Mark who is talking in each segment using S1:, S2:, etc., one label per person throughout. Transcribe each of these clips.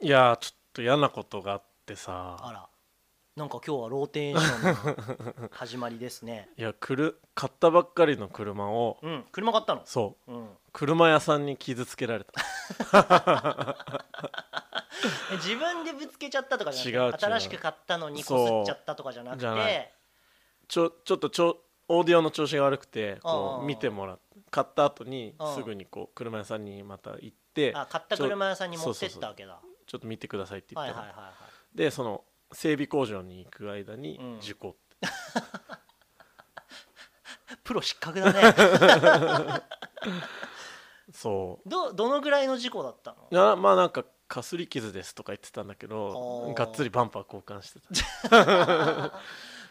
S1: いやーちょっと嫌なことがあってさ
S2: あらなんか今日はローテーションの始まりです ね
S1: いやくる買ったばっかりの車を
S2: うん車買ったの
S1: そ
S2: うん
S1: う車屋さんに傷つけられた
S2: え自分でぶつけちゃったとかじゃ
S1: 違う違
S2: な
S1: う
S2: くて新しく買ったのに
S1: そう
S2: こすっちゃったとかじゃなく
S1: じゃな
S2: て
S1: ちょちょっとちょオーディオの調子が悪くてこ
S2: あ
S1: う
S2: ー
S1: 見てもらって買った後に
S2: うん
S1: すぐにこう車屋さんにまた行って
S2: あ買った車屋さんに持ってっ
S1: そうそうそう
S2: たわけだ
S1: ちょっと見てくださいって言っ
S2: はい
S1: た
S2: はい
S1: ら、
S2: はいはい
S1: でその整備工場に行く間に
S2: うん
S1: 事故って、
S2: プロ失 格だね
S1: そう
S2: どどのぐらいの事故だったの
S1: なまあなんかかすり傷ですとか言ってたんだけど
S2: おー
S1: がっつりバンパー交換して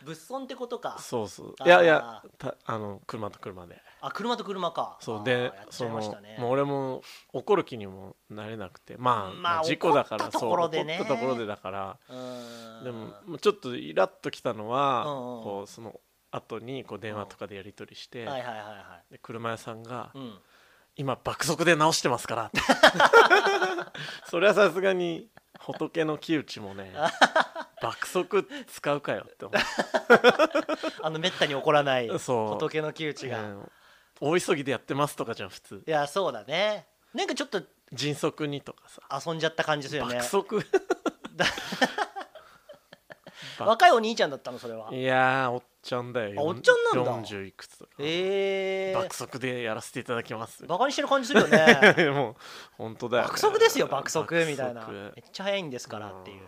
S2: 物損ってことか
S1: たそうそう
S2: あー
S1: いやいやたあの車と車で
S2: あ車と車か
S1: そ
S2: あ
S1: う
S2: ー
S1: で
S2: やっち
S1: そ
S2: ゃい
S1: の
S2: ましたね
S1: もう俺も怒る気にもなれなくてまあ、
S2: まあ
S1: まあ事故だから
S2: 怒ったところでね
S1: そう怒ったところでだから
S2: うーん
S1: でももうちょっとイラッときたのは、
S2: うんうん
S1: こうその後にこう電話とかでやり取りして、
S2: はいはいはいは
S1: で車屋さんが
S2: いうん
S1: 今爆速で直してますから それはさすがに仏の木内も ね爆速使うかよって思っ
S2: あのめったに怒らない
S1: てそう
S2: 仏の木内が
S1: うん大急ぎでやってますとかじゃん普通
S2: いやそうだねなんかちょっと
S1: 迅速にとかさ、
S2: 遊んじゃった感じするよね
S1: 爆速
S2: だ
S1: 爆
S2: 若いお兄ちゃんだったのそれはい
S1: やーおっちゃんだよ
S2: あおっちゃんなんだ
S1: 40いくつとか、
S2: ええ
S1: 爆速でやらせていただきます
S2: バカにしてる感じするよ ね
S1: もう本当だよね、
S2: 爆速ですよ爆速みたいな
S1: 爆速
S2: めっちゃ早いんですからっていううん
S1: も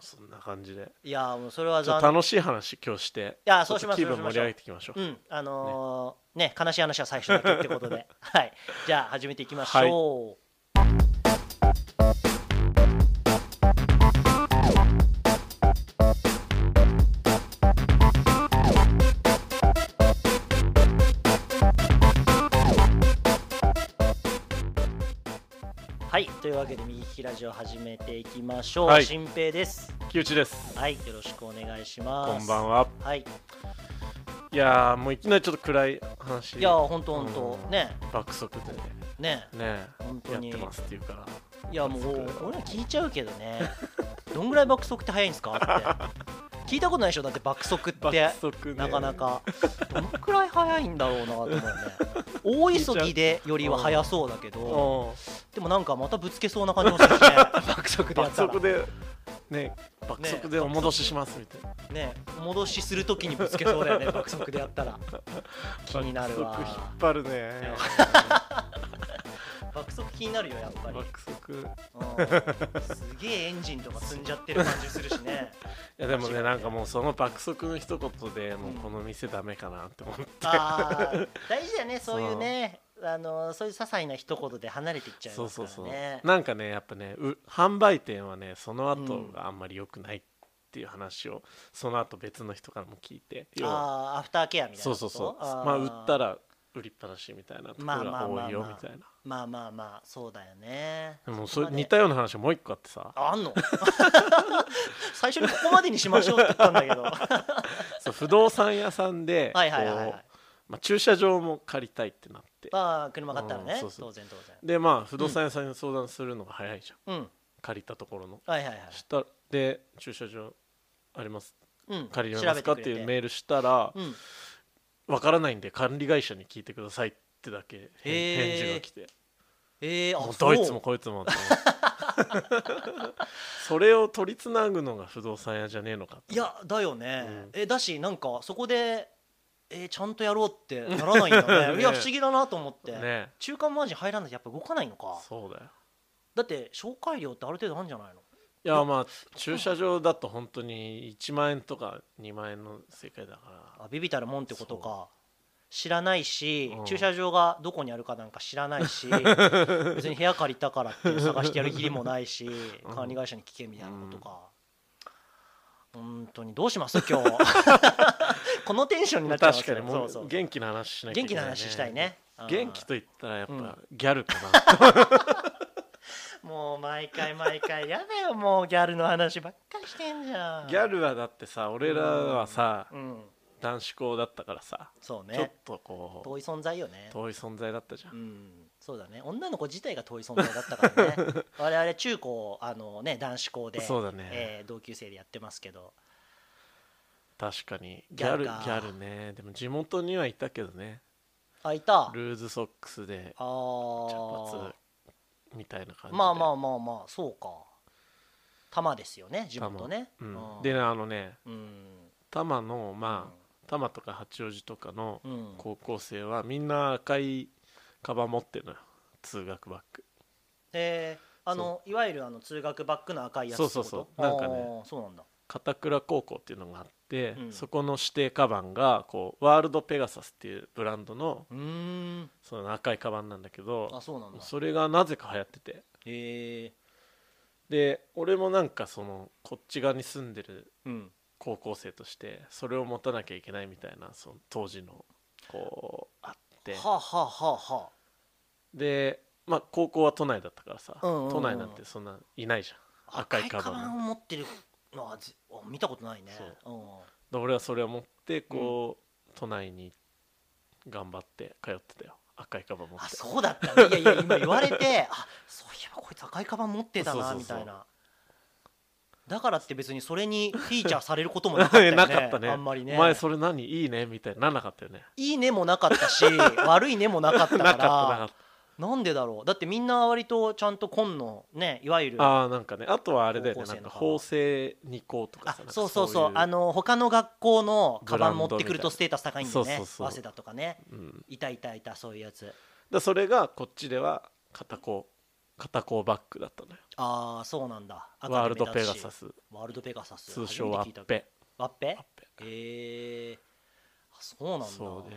S1: うそんな感じで
S2: いやもうそれは
S1: じゃあ
S2: 残念
S1: 楽しい話今日して
S2: いやそうしましょ
S1: ち
S2: う
S1: ょっと気分盛り上げていきましょう
S2: うんあのーね悲しい話は最初だけってこと ではいじゃあ始めていきましょうはい、というわけで右利きラジオ始めていきましょう、
S1: はい
S2: 新平です
S1: 木内です
S2: はいよろしくお願いします
S1: こんばんは
S2: はい
S1: いやーもういきなりちょっと暗い話
S2: いや本当本
S1: う
S2: 当
S1: ん
S2: ね
S1: 爆速でね
S2: ね
S1: ね
S2: 本当
S1: やっ
S2: に
S1: てますっていうから
S2: いやもう俺ら聞いちゃうけどね どんぐらい爆速って速いんですかって聞いたことないでしょだって爆速って
S1: 爆速ね
S2: なかなかどのくらい速いんだろうなと思うね大急ぎでよりは速そうだけ
S1: うん
S2: どでもなんかまたぶつけそうな感じもするしね爆速でやっ
S1: 爆
S2: たら
S1: 速でね爆速でお戻ししますみたいな
S2: ね戻しするときにぶつけそうだよね 爆速でやったら気になるわ
S1: 爆速引っ張るね
S2: ね爆速気になるよやっぱ り
S1: 爆速い
S2: うんすげえエンジンとか積んじゃってる感じするしね
S1: やでも
S2: 間違
S1: ね
S2: いない
S1: なんかもうその爆速の一言でもううんこの店ダメかなって思って
S2: あー大事だよ ねそういうねあのそういう些細な一言で離れていっちゃい
S1: そう
S2: ますか
S1: そう
S2: らね
S1: そうなんかねやっぱねう販売店はねその後があんまり良くないっていう話をその後別の人からも聞いて要は
S2: あーアフターケアみたいな
S1: そ
S2: こ
S1: う
S2: と
S1: そうそう
S2: あー
S1: まあ売ったら売りっぱなしみたいなところ
S2: まあま
S1: が
S2: あまあまあ
S1: 多いよみたいな
S2: まあまあまあそうだよね
S1: でもそれ
S2: こまで
S1: 似たような話もう一個あってさ
S2: ああんの 最初にここまでにしましょうって言ったんだ けどは
S1: そう不動産屋さんで
S2: いはいはい、は
S1: こ
S2: いう
S1: まあ駐車場も借りたいってなって
S2: まあ車買ったらね、
S1: うんそうそう
S2: 当然当然
S1: でまあ不動産屋さんに相談するのが早いじゃん
S2: うん
S1: 借りたところの
S2: はいはいはい
S1: したで駐車場あります
S2: うん
S1: 借りれますか
S2: 調
S1: っ
S2: べ
S1: て
S2: くれ
S1: いうメールしたら
S2: うん
S1: わからないんで管理会社に聞いてくださいってだけ
S2: へー
S1: 返事が来て
S2: えー、
S1: も
S2: あ
S1: うどい
S2: そう
S1: つもこいつもって思って それを取りつなぐのが不動産屋じゃねえのかって
S2: いやだよね、
S1: うん
S2: えだしなんかそこで、えーちゃんとやろうってならないんだ ね
S1: ね
S2: いや不思議だなと思って、
S1: ね
S2: 中間マージン入らないとやっぱ動かないのか
S1: そうだよ
S2: だって紹介料ってある程度あるんじゃないの
S1: いやまあ駐車場だと本当に1万円とか2万円の世界だから
S2: あビビたるもんってことか知らないし、
S1: うん
S2: 駐車場がどこにあるかなんか知らない し別に部屋借りたからって探してやる義理もないし、
S1: うん
S2: 管理会社に聞けみたいなことか、本当にどうします 今日このテンションになっちゃいます
S1: 確かにも
S2: そうそう
S1: う元気な話しなきゃい
S2: 元
S1: け
S2: 気
S1: な、
S2: ない
S1: ね、
S2: 話したいね
S1: 元気と言ったらやっ
S2: うん
S1: ぱギャルか
S2: うんもう毎回毎回やだよもうギャルの話ばっかりしてんじゃ
S1: な、
S2: ん
S1: ギャルはだってさ俺らはさ、
S2: うん
S1: 男子校だったからさ、
S2: そう
S1: ちょっ
S2: ね
S1: とこ
S2: 遠い存在よね
S1: う遠い存在だったじゃん、
S2: うんそうだね女の子自体が遠い存在だったからね 我々中高あの、ね、男子校で、
S1: そうだね、
S2: えー同級生でやってますけど
S1: 確かにギ
S2: ギ
S1: ャ
S2: ャ
S1: ル
S2: ル
S1: ギ
S2: か
S1: ャルねでも地元にはいたけどね
S2: あいたあ
S1: ルーズソックスで
S2: あ
S1: 茶
S2: ー
S1: 髪みたいな感じで
S2: まあまあまあまあそうか玉ですよね地元ね、
S1: うん
S2: うん
S1: でねあのね
S2: うん
S1: 多摩のまあ多摩とか八王子とかの
S2: うん
S1: 高校生はみんな赤いカバン持ってるのよ通学バッグ
S2: えーあのいわゆるあの通学バッグの赤いやつってこと
S1: そうそうそうなんかね
S2: あーそうなんだ
S1: 片倉高校っていうのがあって、
S2: うん
S1: そこの指定カバンがこうワールドペガサスっていうブランドの
S2: うーん
S1: その赤いカバンなんだけど
S2: あそうなんだ
S1: それがなぜか流行ってて
S2: へえ
S1: で俺もなんかそのこっち側に住んでる
S2: うん
S1: 高校生としてそれを持たなきゃいけないみたいなその当時のこうあって
S2: はあ、はあはあはあ
S1: でまあ高校は都内だったからさ、
S2: うんうんうん
S1: 都内なんてそんないないじゃん赤いカバン
S2: 赤いカバンを持ってるのはぜあ見たことないね、
S1: そうで俺はそれを持ってこう、都内に頑張って通ってたよ赤いカバン持
S2: ん、
S1: って
S2: あそうだったいやいや今言われ てあそういえばこいつ赤いカバン持ってた
S1: そうそう
S2: な
S1: そう
S2: みたいなだからって別にそれにフィーチャーされることもなかったよ ね
S1: なかったね
S2: あんまりね
S1: お前それ何いいねみたいにならなかったよね
S2: いいねもなかったし悪いねもなかったか
S1: な
S2: ら
S1: かったなかっ
S2: なんでだろうだってみんな割とちゃんと紺のねいわゆる
S1: たああなんかねあとはあれだよね
S2: 高校
S1: なん
S2: 生の
S1: か
S2: か
S1: 法制2校とか
S2: あ
S1: さなんか
S2: そうそうそ
S1: い
S2: うあの他の学校のカバン持って
S1: ブラ
S2: く
S1: ンドみたい
S2: る
S1: な
S2: とステータス高いんだよね
S1: そうそうそう
S2: 早稲田とかね
S1: うん、
S2: いたいたいたそういうやつ
S1: だそれがこっちでは片甲片甲バッグだったのよ
S2: ああそうなんだ
S1: ワールドペガサ
S2: ス
S1: ス
S2: ワールドペガサス
S1: 通称
S2: は
S1: ワッペ
S2: ワッペ
S1: ワッペ
S2: ええあそうなんだ
S1: そうで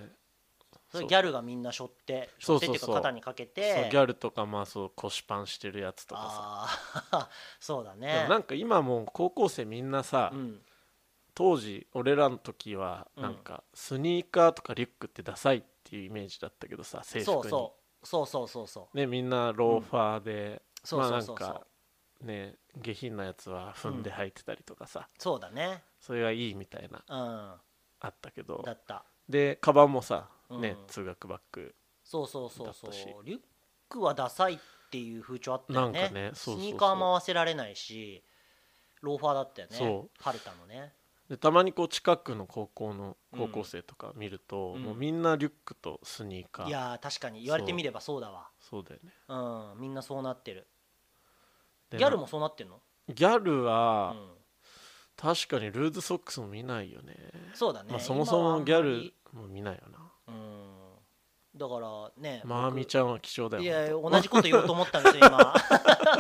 S2: それ
S1: そう
S2: ギャルがみみんな背負って背
S1: そう
S2: 負って
S1: そ
S2: っ
S1: うそう
S2: ていうか肩にかけて
S1: そうギャルとかまあそう腰パンしてるやつとかさ
S2: ああ そうだ
S1: で
S2: ね
S1: もなんか今もう高校生みんなさ、
S2: うん
S1: 当時俺らの時は
S2: うん
S1: なんかスニーカーとかリュックってダサいっていうイメージだったけどさ制服に
S2: そうそうそうそうそうそう
S1: ねみんなローファーで、
S2: そう
S1: まあ
S2: そ
S1: な
S2: うんそう
S1: かね下品なやつは踏んで履いてたりとかさ、
S2: そうだね
S1: それがいいみたいな
S2: うん
S1: あったけど
S2: だった
S1: でカバンもさね、
S2: うん
S1: 通学バッグ
S2: そうそうそうそ
S1: だった
S2: う
S1: し
S2: リュックはダサいっていう風潮あったよね
S1: なんかねそうそうそう
S2: スニーカーも合わせられないしローファーだったよね
S1: そ
S2: パルタのね
S1: でたまにこう近くの高校の高校生とか見ると、
S2: うん
S1: もうみんなリュックとスニーカ
S2: い
S1: ー
S2: やー確かに言われてみればそうだわ
S1: そうだよね
S2: うんみんなそうなってる
S1: で
S2: ギャル
S1: な
S2: もそうなってんの、
S1: ギャル
S2: う
S1: は
S2: ん、
S1: 確かにルーズソックスも見ないよね
S2: そうだね、
S1: まあ、そもそもギャル
S2: 今
S1: も見ないよな
S2: はあんまりうんだからね
S1: まーみ
S2: ゃ
S1: ちゃんは貴重だよ
S2: いや同じこと言おうと思ったんですよ今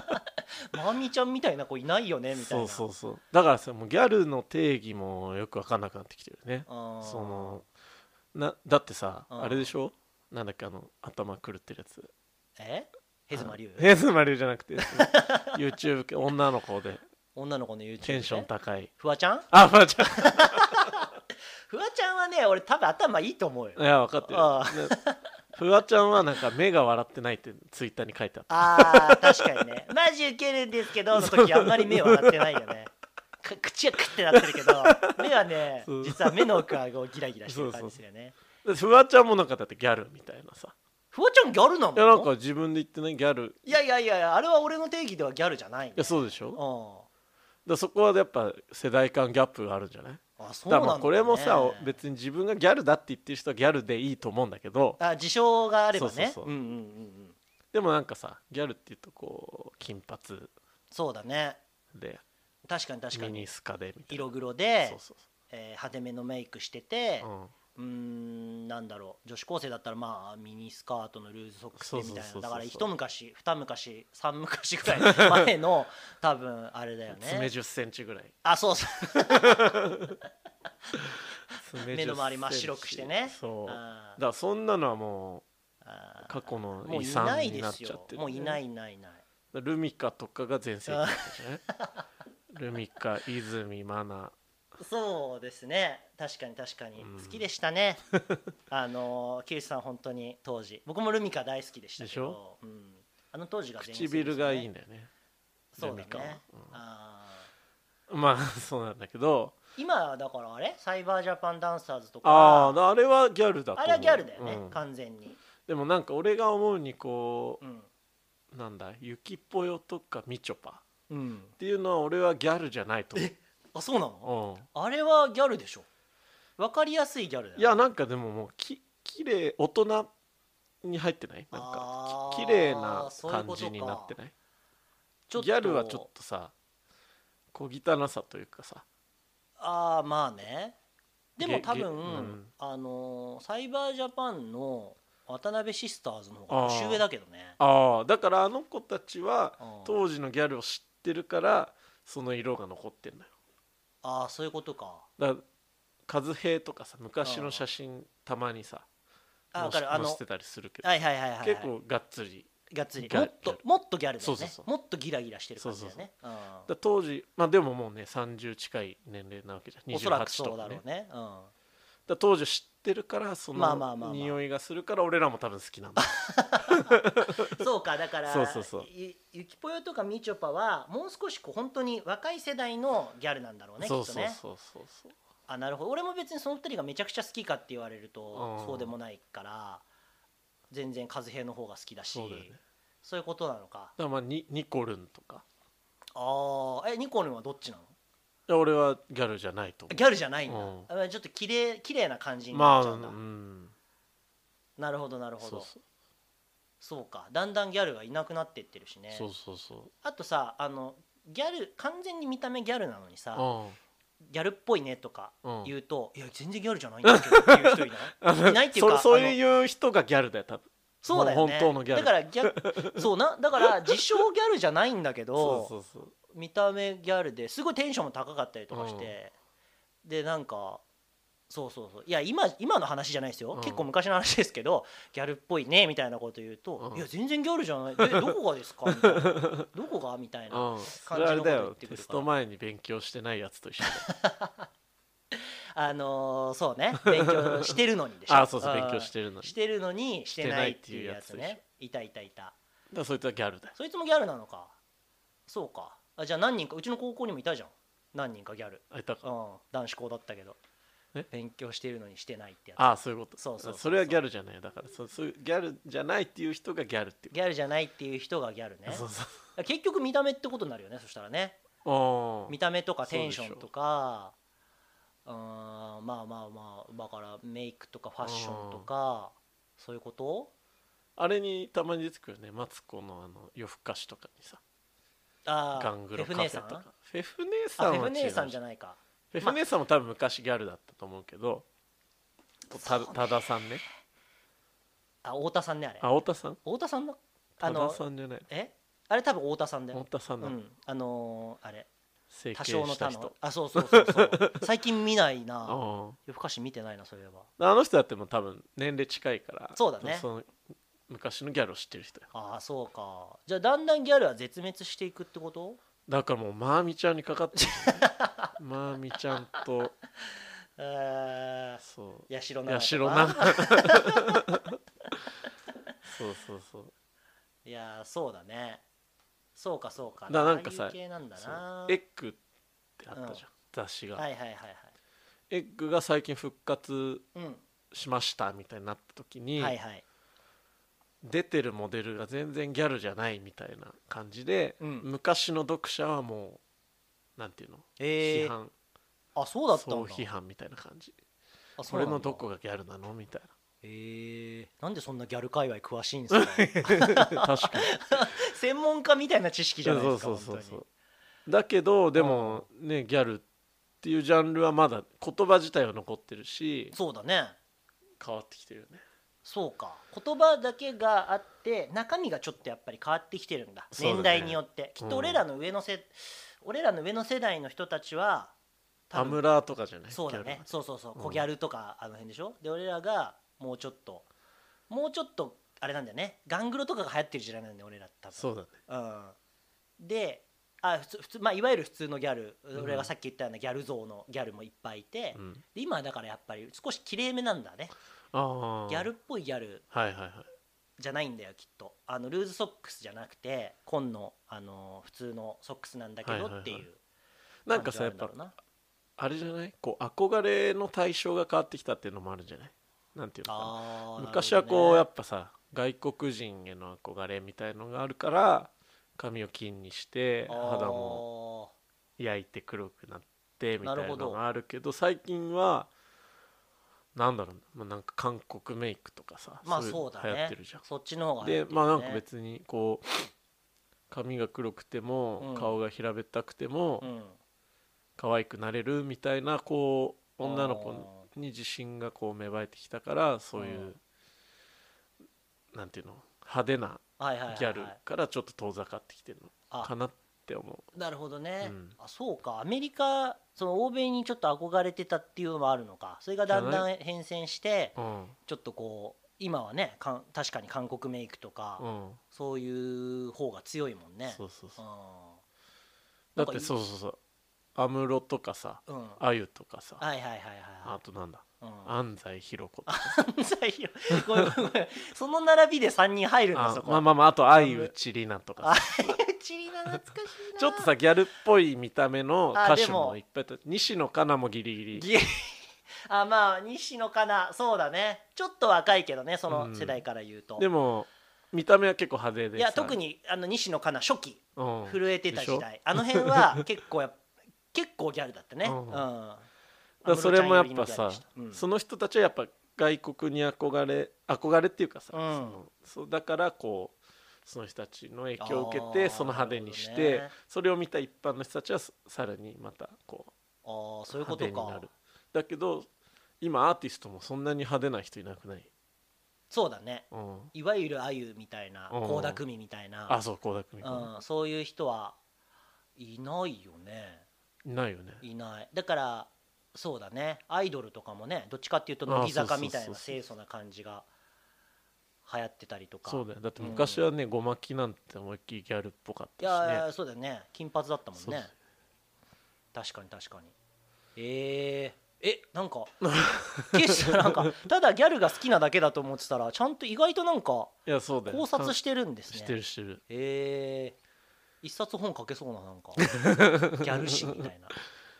S2: まーみちゃんみたいな子いないよねみたい
S1: そ
S2: な
S1: うそうそうだからさもうギャルの定義もよく分かんなくなってきてるね
S2: あー
S1: そのなだってさ
S2: うん
S1: あれでしょなんだっけあの頭狂ってるやつ
S2: えヘズマリュウ
S1: あのヘズマリュウじゃな くて YouTube 系女の子で
S2: 女の子の YouTube
S1: テンション
S2: ね
S1: 高い
S2: フワちゃん
S1: あまあちゃん
S2: フワちゃんはね俺多分頭いいと思うよ
S1: いや分かってる
S2: あ
S1: ねフワちゃんはなんか目が笑ってないってツイッターに書いてあった
S2: あー確か にねマジウケるんですけどの時あんまり目笑ってないよねか口はクッてなってるけど目はね
S1: そう
S2: 実は目の奥はこうギラギラしてる感じですよね
S1: でフワちゃんもなんかだってギャルみたいなさ
S2: フワちゃんギャルない
S1: やなん
S2: の
S1: か自分で言ってないギャル
S2: いやいやいやあれは俺の定義ではギャルじゃないね
S1: いやそうでしょ
S2: う
S1: だそこはやっぱ世代間ギャップがあるんじゃないだ
S2: んあそう
S1: か
S2: な
S1: ら
S2: んだ、
S1: まあ
S2: ね、
S1: これもさ別に自分がギャルだって言ってる人はギャルでいいと思うんだけど
S2: あ事象があればね
S1: そうそうそう
S2: うんうんうんうん
S1: でもなんかさギャルっていうとこう金髪
S2: そうだね
S1: で
S2: 確かに確か
S1: ミ
S2: に
S1: ニスカでみたいな
S2: 色黒で
S1: そうそう
S2: えー派手めのメイクしてて、
S1: そう、うん、
S2: うーんなんだろう女子高生だったらまあミニスカートのルーズソックスでみ
S1: そうそ
S2: たい
S1: うそうそ
S2: な
S1: う
S2: だから一昔二昔三昔ぐらい前の多分あれだよ
S1: 爪
S2: ね
S1: 10センチぐらい
S2: あそうそう
S1: 爪
S2: 目の周り
S1: 10
S2: 真っ白くしてね
S1: そうだ
S2: あー
S1: からそんなのはも
S2: あ
S1: う過去の
S2: ーもう
S1: 遺
S2: い
S1: 産
S2: ない
S1: に
S2: で
S1: なっ
S2: す
S1: ちゃっ
S2: よ
S1: てる
S2: もういない
S1: だか
S2: いないいない
S1: らルミカとかが全盛期だったじゃない ルミカ泉マナ
S2: そうですね確かに確かに
S1: うん
S2: 好きでしたねあのーキリスさん本当に当時僕もルミカ大好きでしたけ
S1: でし
S2: どうんあの当時が全盛ですね
S1: 唇がいいんだよね
S2: そう
S1: ルミ
S2: だ
S1: カは
S2: ねあー
S1: まあそうなんだけど
S2: 今だからあれサイバージャパンダンサーズとか
S1: あああれはギャルだと思う
S2: あれはギャルだよね、
S1: うん
S2: 完全に
S1: でもなんか俺が思うにこ
S2: う、
S1: うんなんだゆきぽよとかみちょぱっ
S2: うん、
S1: ていうのは俺はギャルじゃないと
S2: あそうなの
S1: 思う、
S2: あれはギャルでしょわかりやすいギャルだ
S1: うん、
S2: よ
S1: いやなんかでももうき綺麗大人に入ってないなん
S2: あ
S1: か
S2: ー
S1: き綺麗な
S2: そういう
S1: 感
S2: ことか
S1: じになってない
S2: ちょっと
S1: ギャルはちょっとさ小汚さというかさ
S2: ああまあねでも
S1: げ
S2: 多分、
S1: げうん
S2: あのーサイバージャパンの渡辺シスターズの方が
S1: あー
S2: 年上だけどね
S1: ああだからあの子たちは
S2: うん
S1: 当時のギャルを知ってるからその色が残ってんのよ
S2: ああそういうことか
S1: だから和平とかさ昔の写真たまにさ
S2: あ
S1: 載
S2: わか
S1: せ
S2: るあ
S1: 載
S2: の
S1: せてたりするけど
S2: はいはいはいはい、はい、
S1: 結構がっつり
S2: がっつり
S1: ギャ
S2: も
S1: ル
S2: っ
S1: ギ
S2: と
S1: ャル
S2: もっとギャルだよ
S1: そ
S2: ね
S1: うそうそう
S2: もっとギラギラしてる感じだよね
S1: だから当時まあでももうね30近い年齢なわけじゃ
S2: うん
S1: ん
S2: おそらく
S1: 28
S2: そ
S1: と
S2: うだ
S1: かね
S2: ろうね
S1: だ
S2: うん、
S1: から当時知ってるからそ
S2: まあまあまあ
S1: の
S2: まあ
S1: 匂いがするから俺らも多分好きなんだ
S2: そうかだから
S1: そうそうそう
S2: ゆゆきぽよとかみちょぱはもう少しこう本当に若い世代のギャルなんだろうね
S1: そう
S2: きっ
S1: そ
S2: と
S1: う
S2: ね
S1: そうそうそう
S2: あなるほど俺も別にその二人がめちゃくちゃ好きかって言われると
S1: うん
S2: そうでもないから全然和平の方が好きだし
S1: そうだよねだか
S2: そういうことなのから
S1: まあニニコルンとか
S2: ああえニコルンはどっちなの
S1: いや俺はギャルじゃないと思
S2: ギャルじゃないんだ、
S1: うん
S2: あちょっと綺麗綺麗な感じ
S1: う
S2: に
S1: ま
S2: な
S1: あ
S2: っちゃ
S1: う
S2: うんだ、
S1: ん
S2: なるほどなるほど
S1: そ
S2: そうう
S1: そう
S2: かだんだんギャルがいなくなってってるしね
S1: そうそうそう
S2: あとさあのギャル完全に見た目ギャルなのにさ、
S1: うん
S2: ギャルっぽいねとか
S1: うん
S2: 言うと、いや全然ギャルじゃないんだけどっていう人い ないいないっていうか
S1: そ そう
S2: あの
S1: いう人がギャルだよ多分
S2: そうだよね
S1: 本当のギャル
S2: だからギャ そうなだから自称ギャルじゃないんだけ ど
S1: そうそうそう
S2: 見た目ギャルですごいテンションも高かったりとかして、でなんかそうそうそういや今今の話じゃないですよ、
S1: うん
S2: 結構昔の話ですけどギャルっぽいねみたいなこと言うと、
S1: うん
S2: いや全然ギャルじゃないえどこがですかみ たいなどこがみたいな、
S1: うん、それあれだよテスト前に勉強してないやつと一緒だ
S2: あのーそうね勉強してるのにでしょ
S1: よ あそうそう勉強しててるのに
S2: してるのにしてないっていうやつ
S1: してないっていうやつ
S2: ねいたいたいた
S1: だからそいつはギャルだよ
S2: そいつもギャルなのかそうかあじゃあ何人かうちの高校にもいたじゃん何人かギャル、
S1: あいた
S2: う
S1: か
S2: ん、男子校だったけど
S1: え
S2: 勉強してるのにしてないってやつ
S1: ああそういうこと
S2: そうそうそうそう
S1: れはギャルじゃないだからそうそういうギャルじゃないっていう人がギャルっていう
S2: ギャルじゃないっていう人がギャルね
S1: そうそう
S2: 結局見た目ってことになるよねそしたらね
S1: お
S2: 見た目とかテンションとかうーんまあまあまあだからメイクとかファッションとかそういうこと
S1: あれにたまに出てくるねマツコのあの夜更かしとかにさ
S2: ああ
S1: ガングロカフェと
S2: フェフ姉さん
S1: かフェフ姉
S2: あ
S1: さ
S2: フ
S1: ん
S2: ェ
S1: は違う
S2: フ姉さんじ
S1: じゃ
S2: ゃ
S1: ん
S2: ないか
S1: フェフ姉さんも多分昔ギャルだったと思うけどた多田さんね
S2: あ太田さんねあれ
S1: あ太田さん
S2: 太田さんだあ
S1: 多田
S2: の
S1: さんじゃない
S2: えあれ多分太田さんだ
S1: 太
S2: よ
S1: 田さん
S2: う
S1: だ
S2: んあのーあれ
S1: 整
S2: 多
S1: 形
S2: 少の
S1: した
S2: 他の
S1: 人
S2: あそうそうそうそう 最近見ないな
S1: あ
S2: 夜更かし見てないなそういえば
S1: あの人だってもう多分年齢近いから
S2: そうだね
S1: の昔のギャルを知ってる人よ
S2: ああそうかじゃあだんだんギャルは絶滅していくってこと
S1: だからもうまーみちゃんにかか ってるまーみちゃんと
S2: え
S1: そ
S2: ー、八代
S1: う八
S2: 奈々
S1: 代
S2: とか
S1: な そうそうそう
S2: いやーそうだねそうかそうか
S1: だからなんかさ
S2: ああいう系なんだ
S1: そう
S2: な
S1: エッグってあったじゃん、雑誌が、
S2: はいはいはいはい
S1: エッグが最近復活
S2: うん
S1: しましたみたいになった時に、
S2: はいはい
S1: 出てるモデルが全然ギャルじゃないみたいな感じで、
S2: うん
S1: 昔の読者はもうなんていうの、
S2: え
S1: 批
S2: ー、
S1: 判
S2: あそうだったんだ
S1: 総批判みたいな感じ
S2: あ
S1: そ
S2: そう
S1: れ
S2: なんだ
S1: のどこがギャルなのみたい
S2: えー、なんでそんなギャル界隈詳しいんですか
S1: な 確かに
S2: 専門家みたいな知識じゃない
S1: そ
S2: で
S1: う
S2: すか
S1: そうそう
S2: 本当
S1: そ
S2: に
S1: うだけどでもねギャルっていうジャンルはまだ言葉自体は残ってるし
S2: そうだね
S1: 変わってきてるよね
S2: そうか言葉だけがあって中身がちょっとやっぱり変わってきてるんだ
S1: そうだね
S2: 年代によってきっ
S1: うん
S2: と俺らの上の世、俺らの上の世代の人たちは
S1: アムラーとかじゃない
S2: そうだ
S1: ギャル
S2: ね
S1: は
S2: そうそうそう
S1: うん
S2: 小ギャルとかあの辺でしょで俺らがもうちょっともうちょっとあれなんだよねガングロとかが流行ってる時代なんだよ俺ら多分
S1: そうだね
S2: うん、であ普通普通、まあ、いわゆる普通のギャル
S1: ん
S2: 俺がさっき言ったようなギャル像のギャルもいっぱいいて、
S1: うん
S2: で今はだからやっぱり少しきれいめなんだね
S1: ああ
S2: ギャルっぽいギャル
S1: はいはいはい
S2: じゃないんだよきっとあのルーズソックスじゃなくて紺の、あの普通のソックスなんだけど
S1: はいはいはい
S2: っていう
S1: な
S2: 感
S1: んか
S2: じは
S1: さ
S2: あ
S1: やっ
S2: るんだ
S1: ぱ
S2: ろうな
S1: あれじゃないこう憧れの対象が変わってきたっていうのもあるんじゃないなんていうのかな
S2: あー
S1: 昔はこうや
S2: なる
S1: っぱさ外国人への憧れみたいのがあるから髪を金にして
S2: ほどね
S1: 肌も焼いて黒くなってみたい
S2: なる
S1: な
S2: ほど
S1: のがあるけど最近はなんだろうなまあなんか韓国メイクとかさ
S2: あーまあ
S1: い
S2: そうだ
S1: 流行っ
S2: ね
S1: てるじゃん。
S2: そっちの方が流行
S1: で
S2: ってる
S1: まあ
S2: よ
S1: なん
S2: ね
S1: か別にこう髪が黒くて
S2: う
S1: も
S2: ん
S1: 顔が平べったくて
S2: う
S1: も
S2: ん
S1: 可愛くなれるみたいなこう女の子
S2: あ
S1: に自信がこう芽生えてきたからそういううなんていうの派手な
S2: はいはいはいはい
S1: ギャルからちょっと遠ざかってきてるの
S2: あ
S1: かなって思う。
S2: なるほどね、
S1: うん
S2: あそうかアメリカその欧米にちょっと憧れてたっていうのもあるのかそれがだ
S1: じ
S2: ん
S1: ゃ
S2: だ
S1: なん
S2: 変遷して
S1: うん
S2: ちょっとこう今はねかん確かに韓国メイクとか、
S1: うん
S2: そういう方が強いもんね
S1: そうそうそう
S2: う
S1: だ
S2: なん
S1: っ
S2: かい
S1: てそうそうそう安室とかさ
S2: ん、うん、
S1: あゆとかさ
S2: はいはいはいはい
S1: あ
S2: は
S1: となんだ
S2: い、うん、
S1: 安 西ひろ子とか
S2: 採用ごめんごめんごめんその並びで三人入るんだ
S1: あ
S2: そこ
S1: まあまあまああと相内里奈とかさ
S2: あチリナ懐かしいな
S1: ちょっとさギャルっぽい見た目の歌手
S2: あでも
S1: もいっぱいいた西野カナもギリギリ
S2: ギリあまあ西野かなそうだねちょっと若いけどねその世代から言うと、
S1: でも見た目は結構派手で
S2: いや
S1: さ
S2: 特、にあの西野かな初期
S1: うん
S2: 震えてた時
S1: でしょだ
S2: 代あの辺 は結構やっ結構ギャルだったねう
S1: うん
S2: ん、安
S1: から
S2: 室
S1: それもやっ
S2: ちゃんより
S1: ぱ
S2: のギャル
S1: さ
S2: でした、うん
S1: その人たちはやっぱ外国に憧れ憧れっていうかさ、
S2: うん
S1: そのそうだからこうその人たちの影響を受け
S2: あー
S1: てその派手にし
S2: なる
S1: て、
S2: ほどね
S1: それを見た一般の人たちはささらにまたこう
S2: あーそういう
S1: 派
S2: こと
S1: 手にな
S2: か
S1: るだけど今アーティストもそんなに派手な人いなくない、
S2: そうだね
S1: うん、
S2: いわゆるあゆみたいな
S1: うん
S2: 倖田來未みたいな
S1: あそう倖田來未君
S2: うん、そういう人はいないよね
S1: いないよね
S2: いないだからそうだねアイドルとかもねどっちかっていうと
S1: ああ
S2: 乃木坂みたい
S1: そう
S2: な
S1: そうそうそう
S2: 清楚な感じが流行ってたりとか
S1: そうだよだって昔はね、ごまきなんて思いっきりギャルっぽかっ
S2: いやい
S1: た
S2: やそうだよね金髪だったもん
S1: そう
S2: ね
S1: そう
S2: 確かに確かにえー、えなん かケイシさんなんかただギャルが好きなだけだと思ってたらちゃんと意外となんか
S1: しねいやそうだよ
S2: 考察
S1: し,、
S2: してるんですね
S1: てるしてる
S2: えー、一冊本書けそうな なんかギャル誌みたいな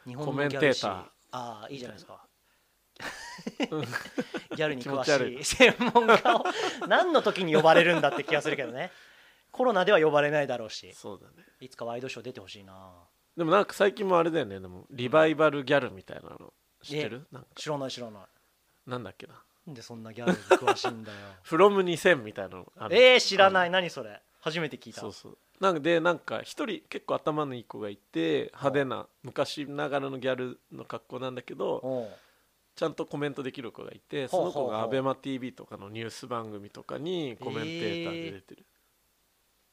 S2: 日本
S1: コメ
S2: の
S1: ン
S2: ギ
S1: テーター
S2: ャル誌ああーいいじゃないですかギャルに詳
S1: 気持ち悪
S2: しい専門家を何の時に呼ばれるんだって気がするけどねコロナでは呼ばれないだろうし
S1: そうだね
S2: いつかワイドショー出てほしいな
S1: でもなんか最近もあれだよねでもリバイバルギャルみたいなの知ってるなんか
S2: 知らない知らない
S1: なんだっけな
S2: なんでそんなギャルに詳しい んだよ
S1: 「from2000」みたいなのある
S2: えー、知らないい何それ初めて聞いた
S1: そうそうなんかでなんか一人結構頭のいい子がいて派手な昔ながらのギャルの格好なんだけど
S2: おう
S1: ちゃんとコメントできる子がいて
S2: ほ
S1: そう
S2: ほう
S1: の
S2: ほう
S1: 子が ABEMATV とかのニュース番組とかにコメンテーターで出てる、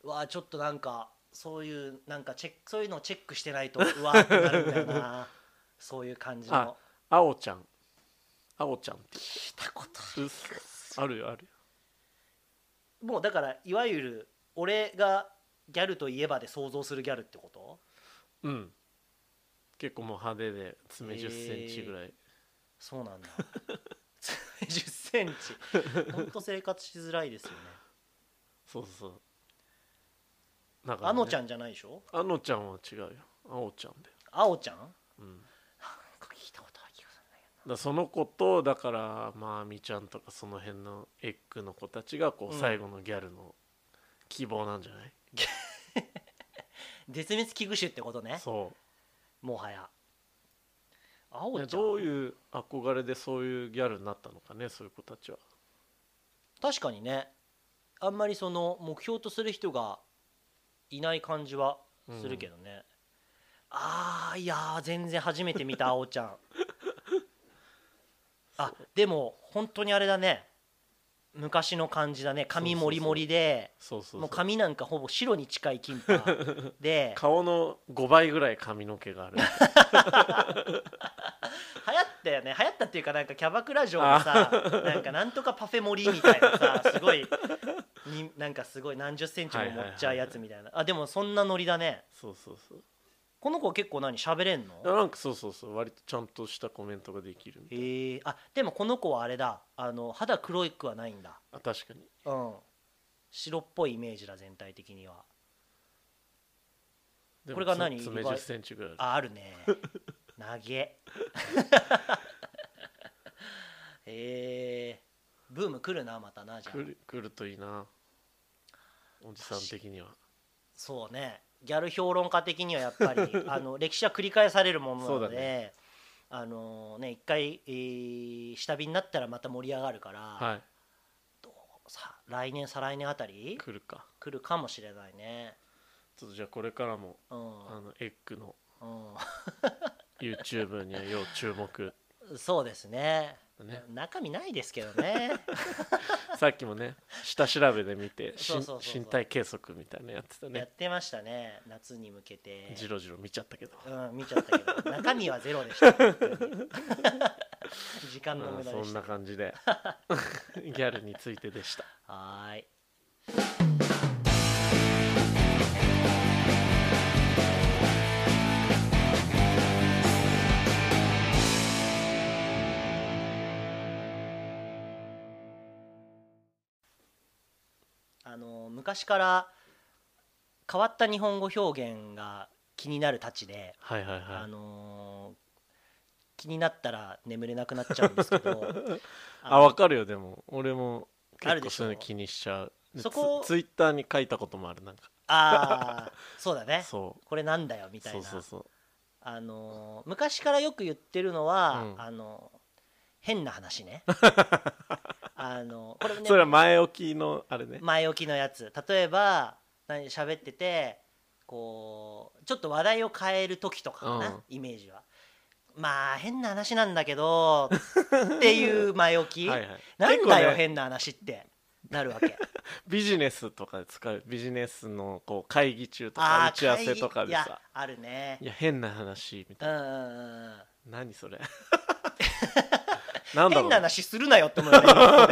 S2: うわあちょっとなんかそういうなんかチェックそういうのをチェックしてないとうわーってなるんだよ なそういう感じの
S1: ああおちゃんあおちゃんって
S2: 来たこと
S1: うっそあるよあるよ
S2: もうだからいわゆる俺がギャルといえばで想像するギャルってこと
S1: うん結構もう派手で爪1 0ンチぐらい、
S2: そう なんだ10センチほんと生活しづらい ですよね
S1: そうそうそうだからね
S2: あのちゃんじゃないでしょ
S1: あのちゃんは違うよあおちゃんで
S2: あおちゃんなん
S1: うんだか
S2: か聞いたことある気がするんだけ
S1: らその子とだからまあみちゃんとかその辺のエッグの子たちがこ
S2: う
S1: うん最後のギャルの希望なんじゃない、
S2: ど絶滅危惧種ってことね
S1: そう
S2: もはやあおちゃん
S1: どういう憧れでそういうギャルになったのかねそういう子たちは
S2: 確かにねあんまりその目標とする人がいない感じはするけどね、あーいやー全然初めて見たあおちゃんあでも本当にあれだね昔の感じだね髪もりもりで
S1: そうそうそう
S2: もう髪なんかほぼ白に近い金髪 で
S1: 顔の5倍ぐらい髪の毛が ある
S2: 流行ったよね流行ったっていうかなんかキャバクラ嬢のさなんかなんとかパフェ盛りみたいなさすごいになんかすごい何十センチも持っちゃうやつみたいな、あでもそんなノリだね
S1: そうそうそう
S2: この子結構何喋れんの
S1: いやなんかそうそうそう割とちゃんとしたコメントができるみたい
S2: へえあでもこの子はあれだあの肌黒いくはないんだ
S1: あ確かに
S2: うん白っぽいイメージだ全体的には
S1: でも
S2: これが何
S1: つ爪
S2: 意外
S1: 1 0ンチぐらいある
S2: あある ね 投げへえブーム来るなまたなじゃあ
S1: 来る来るといいなおじさん的には
S2: そうねギャル評論家的にはやっ ぱりあの歴史は繰り返されるものな
S1: そ
S2: の
S1: う
S2: で、
S1: だ
S2: あのね一回、えー下火になったらまた盛り上がるから、
S1: は
S2: さ来年再来年あた
S1: い
S2: り
S1: 来るか
S2: 来るかもしれないね
S1: ちょっとじゃあこれからも
S2: うん、
S1: あのエッグの
S2: う
S1: YouTube には要注目
S2: ん、 そうですね
S1: だね
S2: 中身ないですけどね
S1: さっきもね下調べで見てし
S2: そうそうそうそう
S1: 身体計測みたいなのやってた
S2: や
S1: ね
S2: ってましたね夏に向けて
S1: ジロジロ見ちゃったけど
S2: うん見ちゃったけど中身はゼロでした本当に 時間の
S1: う
S2: 無
S1: ん
S2: 駄
S1: そ
S2: でし
S1: ん
S2: た
S1: な感じ でギャルについてでした
S2: はーいあの昔から変わった日本語表現が気になるたちで、
S1: はいはい
S2: あ
S1: は
S2: のー気になったら眠れなくなっちゃうんですけ ど
S1: いあ分かるよでも俺も結
S2: あるで
S1: 構
S2: し
S1: そ
S2: ょ
S1: ういうの気にしちゃうで
S2: そこ
S1: ツツイッターに書いたこともあるなんか
S2: ああそう だね
S1: そう
S2: これなんだよみたい
S1: そ
S2: な
S1: うそうそう
S2: あのー昔からよく言ってるのは、
S1: うん
S2: あのー変な 話ねあのーこれね
S1: それは前置きのあれね
S2: 前置きのやつ例えば何喋っててこうちょっと話題を変える時とかかな、
S1: うん
S2: イメージはまあ変な話なんだ けどっていう前置き、
S1: はいはい
S2: なん
S1: 結
S2: だ
S1: 構
S2: よ、
S1: ね
S2: 変な話ってなる わけ
S1: ビジネスとかで使うビジネスのこう会議中と
S2: あ
S1: か
S2: ー
S1: 打ち合わせとかで
S2: 会議いや
S1: さ
S2: あるね
S1: いや変な話み
S2: う
S1: たい
S2: んうんうんうん
S1: な何それ なんだろ
S2: 変
S1: う
S2: な話するなよって思うよね今そ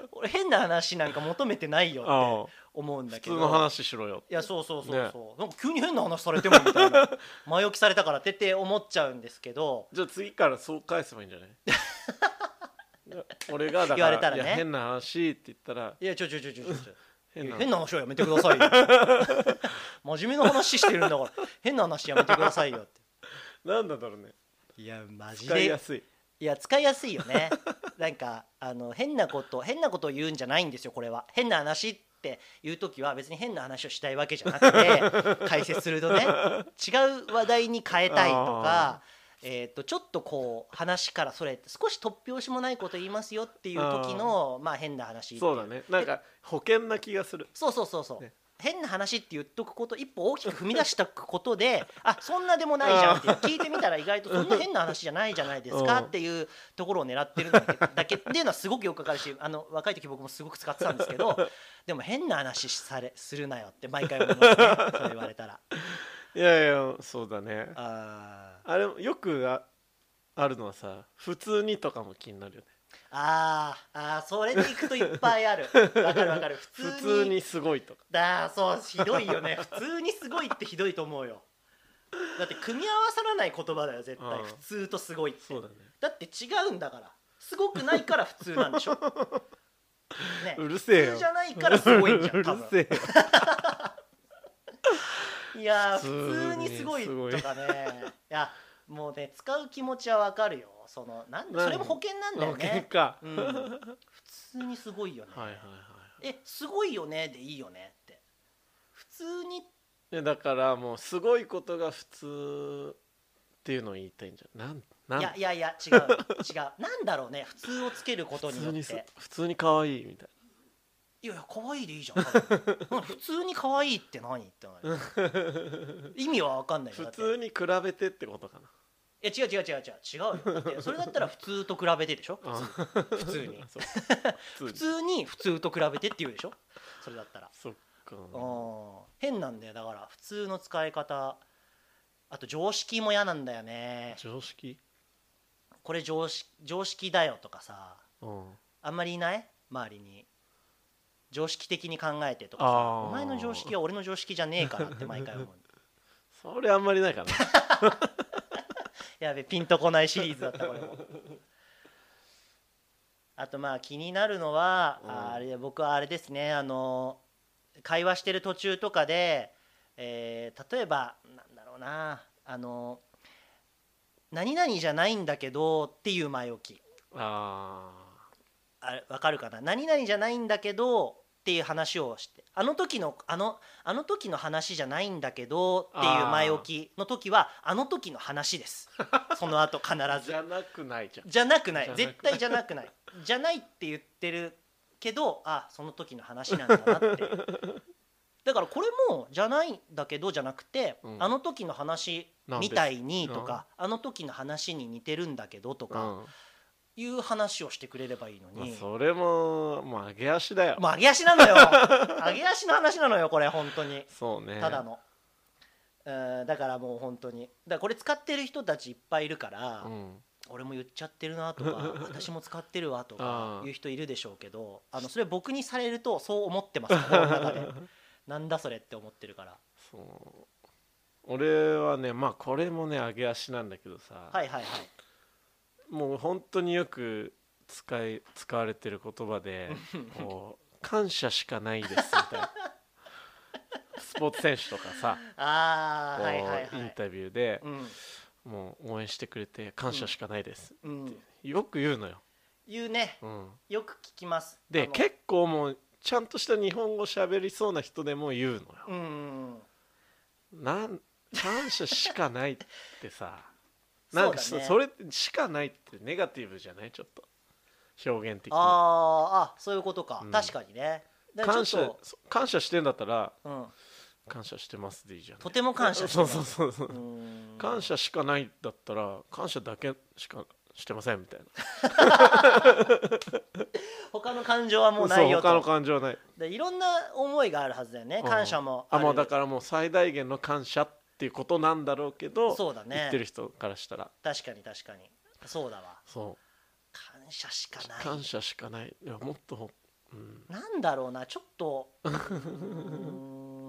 S2: れ俺変な話なんか求めてないよって
S1: ああ
S2: 思うんだ
S1: 普通
S2: けど
S1: の話しろよ
S2: いやそうそうそうそう、
S1: ね
S2: なんか急に変な話されてもみたいな前置きされたからってって思っちゃうんですけど
S1: じゃあ次からそう返せばいいんじゃないい や俺がだから
S2: 言われたらね
S1: いや変な話って言ったら
S2: いやちょちょちょちょちょちょ
S1: 変な
S2: 変な話はやめてくださいよ 真面目な話してるんだから変な話やめてくださいよっ
S1: なんだろうね
S2: ていやマジ
S1: 使いや
S2: です
S1: い
S2: いや使いやすいよね なんかあの変なこと変なことを言うんじゃないんですよこれは変な話って言う時は別に変な話をしたいわけじゃなく て解説するとね違う話題に変えたいとか
S1: あ。
S2: えー、とちょっとこう話からそれて少し突拍子もないこと言いますよっていう時のまあ変な話ってい
S1: そうだねなんか保険な気がする
S2: そうそうそうそう、
S1: ね
S2: 変な話って言っとくこと一歩大きく踏み出したこと であそんなでもないじゃんっていう聞いてみたら意外とそんな変な話じゃないじゃないですか
S1: うん
S2: っていうところを狙ってるんだけだけっていうのはすごくよくわかるしあの若い時僕もすごく使ってたんですけ どでも変な話されするなよって毎回思いますねそれ言われたら
S1: いやいやそうだね
S2: あー
S1: あれよくああるのはさ普通にとかも気になるよね
S2: あーあーそれでいくといっぱいあるわかるわかる普通に
S1: 普通にすごいとか
S2: だーそうひどいよね 普通にすごいってひどいと思うよだって組み合わさらない言葉だよ絶対
S1: うん
S2: 普通とすごいって
S1: そうだね
S2: だって違うんだからすごくないから普通なん でしょね
S1: うるせえよ
S2: 普通じゃないからすごいんじゃん
S1: う
S2: 多
S1: る
S2: 分
S1: せえよ
S2: いやー普
S1: 普
S2: 通
S1: 通に
S2: にすごい
S1: すごい
S2: とかねいやもうね使う気持ちはわかるよそのなん
S1: なん
S2: それも保険なんだよ
S1: 喧
S2: ね、
S1: 嘩は
S2: うん、普通にすごいよね、
S1: いはいはい
S2: えすごいよねでいいよねって普通に
S1: いやだからもうすごいことが普通っていうのを言いたいんじゃんなんなん
S2: いやいやいや 違う違うなんだろうね普通をつけること
S1: 普
S2: によ
S1: 通
S2: っ
S1: に
S2: て
S1: す普通に可愛いみたい
S2: いやいや可愛いでいいじゃん多分 うん普通に可愛いって何ってなる 意味は分かんないよ
S1: な
S2: だ
S1: 普
S2: っ
S1: 通
S2: て
S1: に比べてってことかない
S2: や違う違う違う違う違うよだってそれだったら普通と比べて でしょ
S1: あ
S2: 普通に
S1: そう普通
S2: 普
S1: に
S2: 通に普通と比べてって言うでしょそれだったら
S1: そっか
S2: うん変なんだよだから普通の使い方あと常識も嫌なんだよね
S1: 常識
S2: これ常識常識だよとかさ
S1: うん
S2: あんまりいない周りに常識的に考えてとか
S1: あ
S2: さ
S1: ー
S2: お前の常識は俺の常識じゃねえからって毎 回思う
S1: それあんまりないか な
S2: やべピンとこないシリーズだったこれもあとまあ気になるのは、
S1: うん
S2: ああれ僕はあれですねあの会話してる途中とかで、えー例えばなんだろうなあの何々じゃないんだけどっていう前置き
S1: あ
S2: あれわかるかな何々じゃないんだけどっていう話をしてあの時のあのあの時の話じゃないんだけどっていう前置きの時はあの時の話です その後必
S1: じ
S2: ず
S1: ゃなくないじゃん
S2: じゃなくない
S1: じゃなくない
S2: 絶対じゃなくないじゃないって言ってるけどあその時の話なんだな ってだからこれも「じゃないんだけど」じゃなくて、
S1: うん
S2: あの時の話
S1: なんで
S2: みたいにとか、あの時の話に似てるんだけどと
S1: うん
S2: か、いう話をしてくれればいいの
S1: まあ
S2: に、
S1: それももう上げ足だよ、
S2: もう揚げ足な のよ揚げ足の話なのよこれ本当に
S1: そうね
S2: ただの、うんだからもう本当にだからこれ使ってる人たちいっぱいいるから、
S1: うん
S2: 俺も言っちゃってるなと か私も使ってるわとか
S1: ああ
S2: いう人いるでしょうけどあのそれ僕にされるとそう思ってま す心の中でなんだそれって思ってるから
S1: そう俺はねまあこれもね上げ足なんだけどさ、
S2: はいはいはい
S1: もう本当によく使い使われてる言葉でこう感謝しかないですみたい なスポーツ選手とかさ
S2: あ
S1: こ
S2: あ
S1: う
S2: はいはいは
S1: イン
S2: い
S1: タビューで
S2: うん
S1: もう応援してくれて感謝しかないです、
S2: うん
S1: よく言うのよ、
S2: 言うね
S1: うん、
S2: よく聞きますあ
S1: で
S2: の
S1: 結構もうちゃんとした日本語喋りそうな人でも言うのよ
S2: うんうんうん
S1: なん感謝しかないってさ
S2: そうだね
S1: なんかそ,、それしかないってネガティブじゃないちょっと表現的に
S2: あーあそういうことか、
S1: うん
S2: 確かにねだから
S1: 感
S2: ちょっ
S1: 謝そ感謝してんだったら
S2: と、うん、
S1: 感謝してますでいいじゃん
S2: とても感謝して
S1: そ
S2: ま
S1: う
S2: す
S1: そうそうそう、
S2: うん
S1: 感謝しかないだったら感謝だけしかしてませんみたいな
S2: 他の感情はもうないよ
S1: そう他の
S2: と
S1: 感情はない
S2: でいろんな思いがあるはずだよね
S1: うん
S2: 感謝も
S1: あ
S2: ある
S1: もうだからもう最大限の感謝っていうことなんだろうけど
S2: そうだね
S1: 言ってる人からしたら
S2: 確かに確かにそうだわ
S1: そ
S2: 感謝しか
S1: う
S2: ない
S1: 感謝しかないいやもっと、うん、
S2: なんだろうなちょっとうー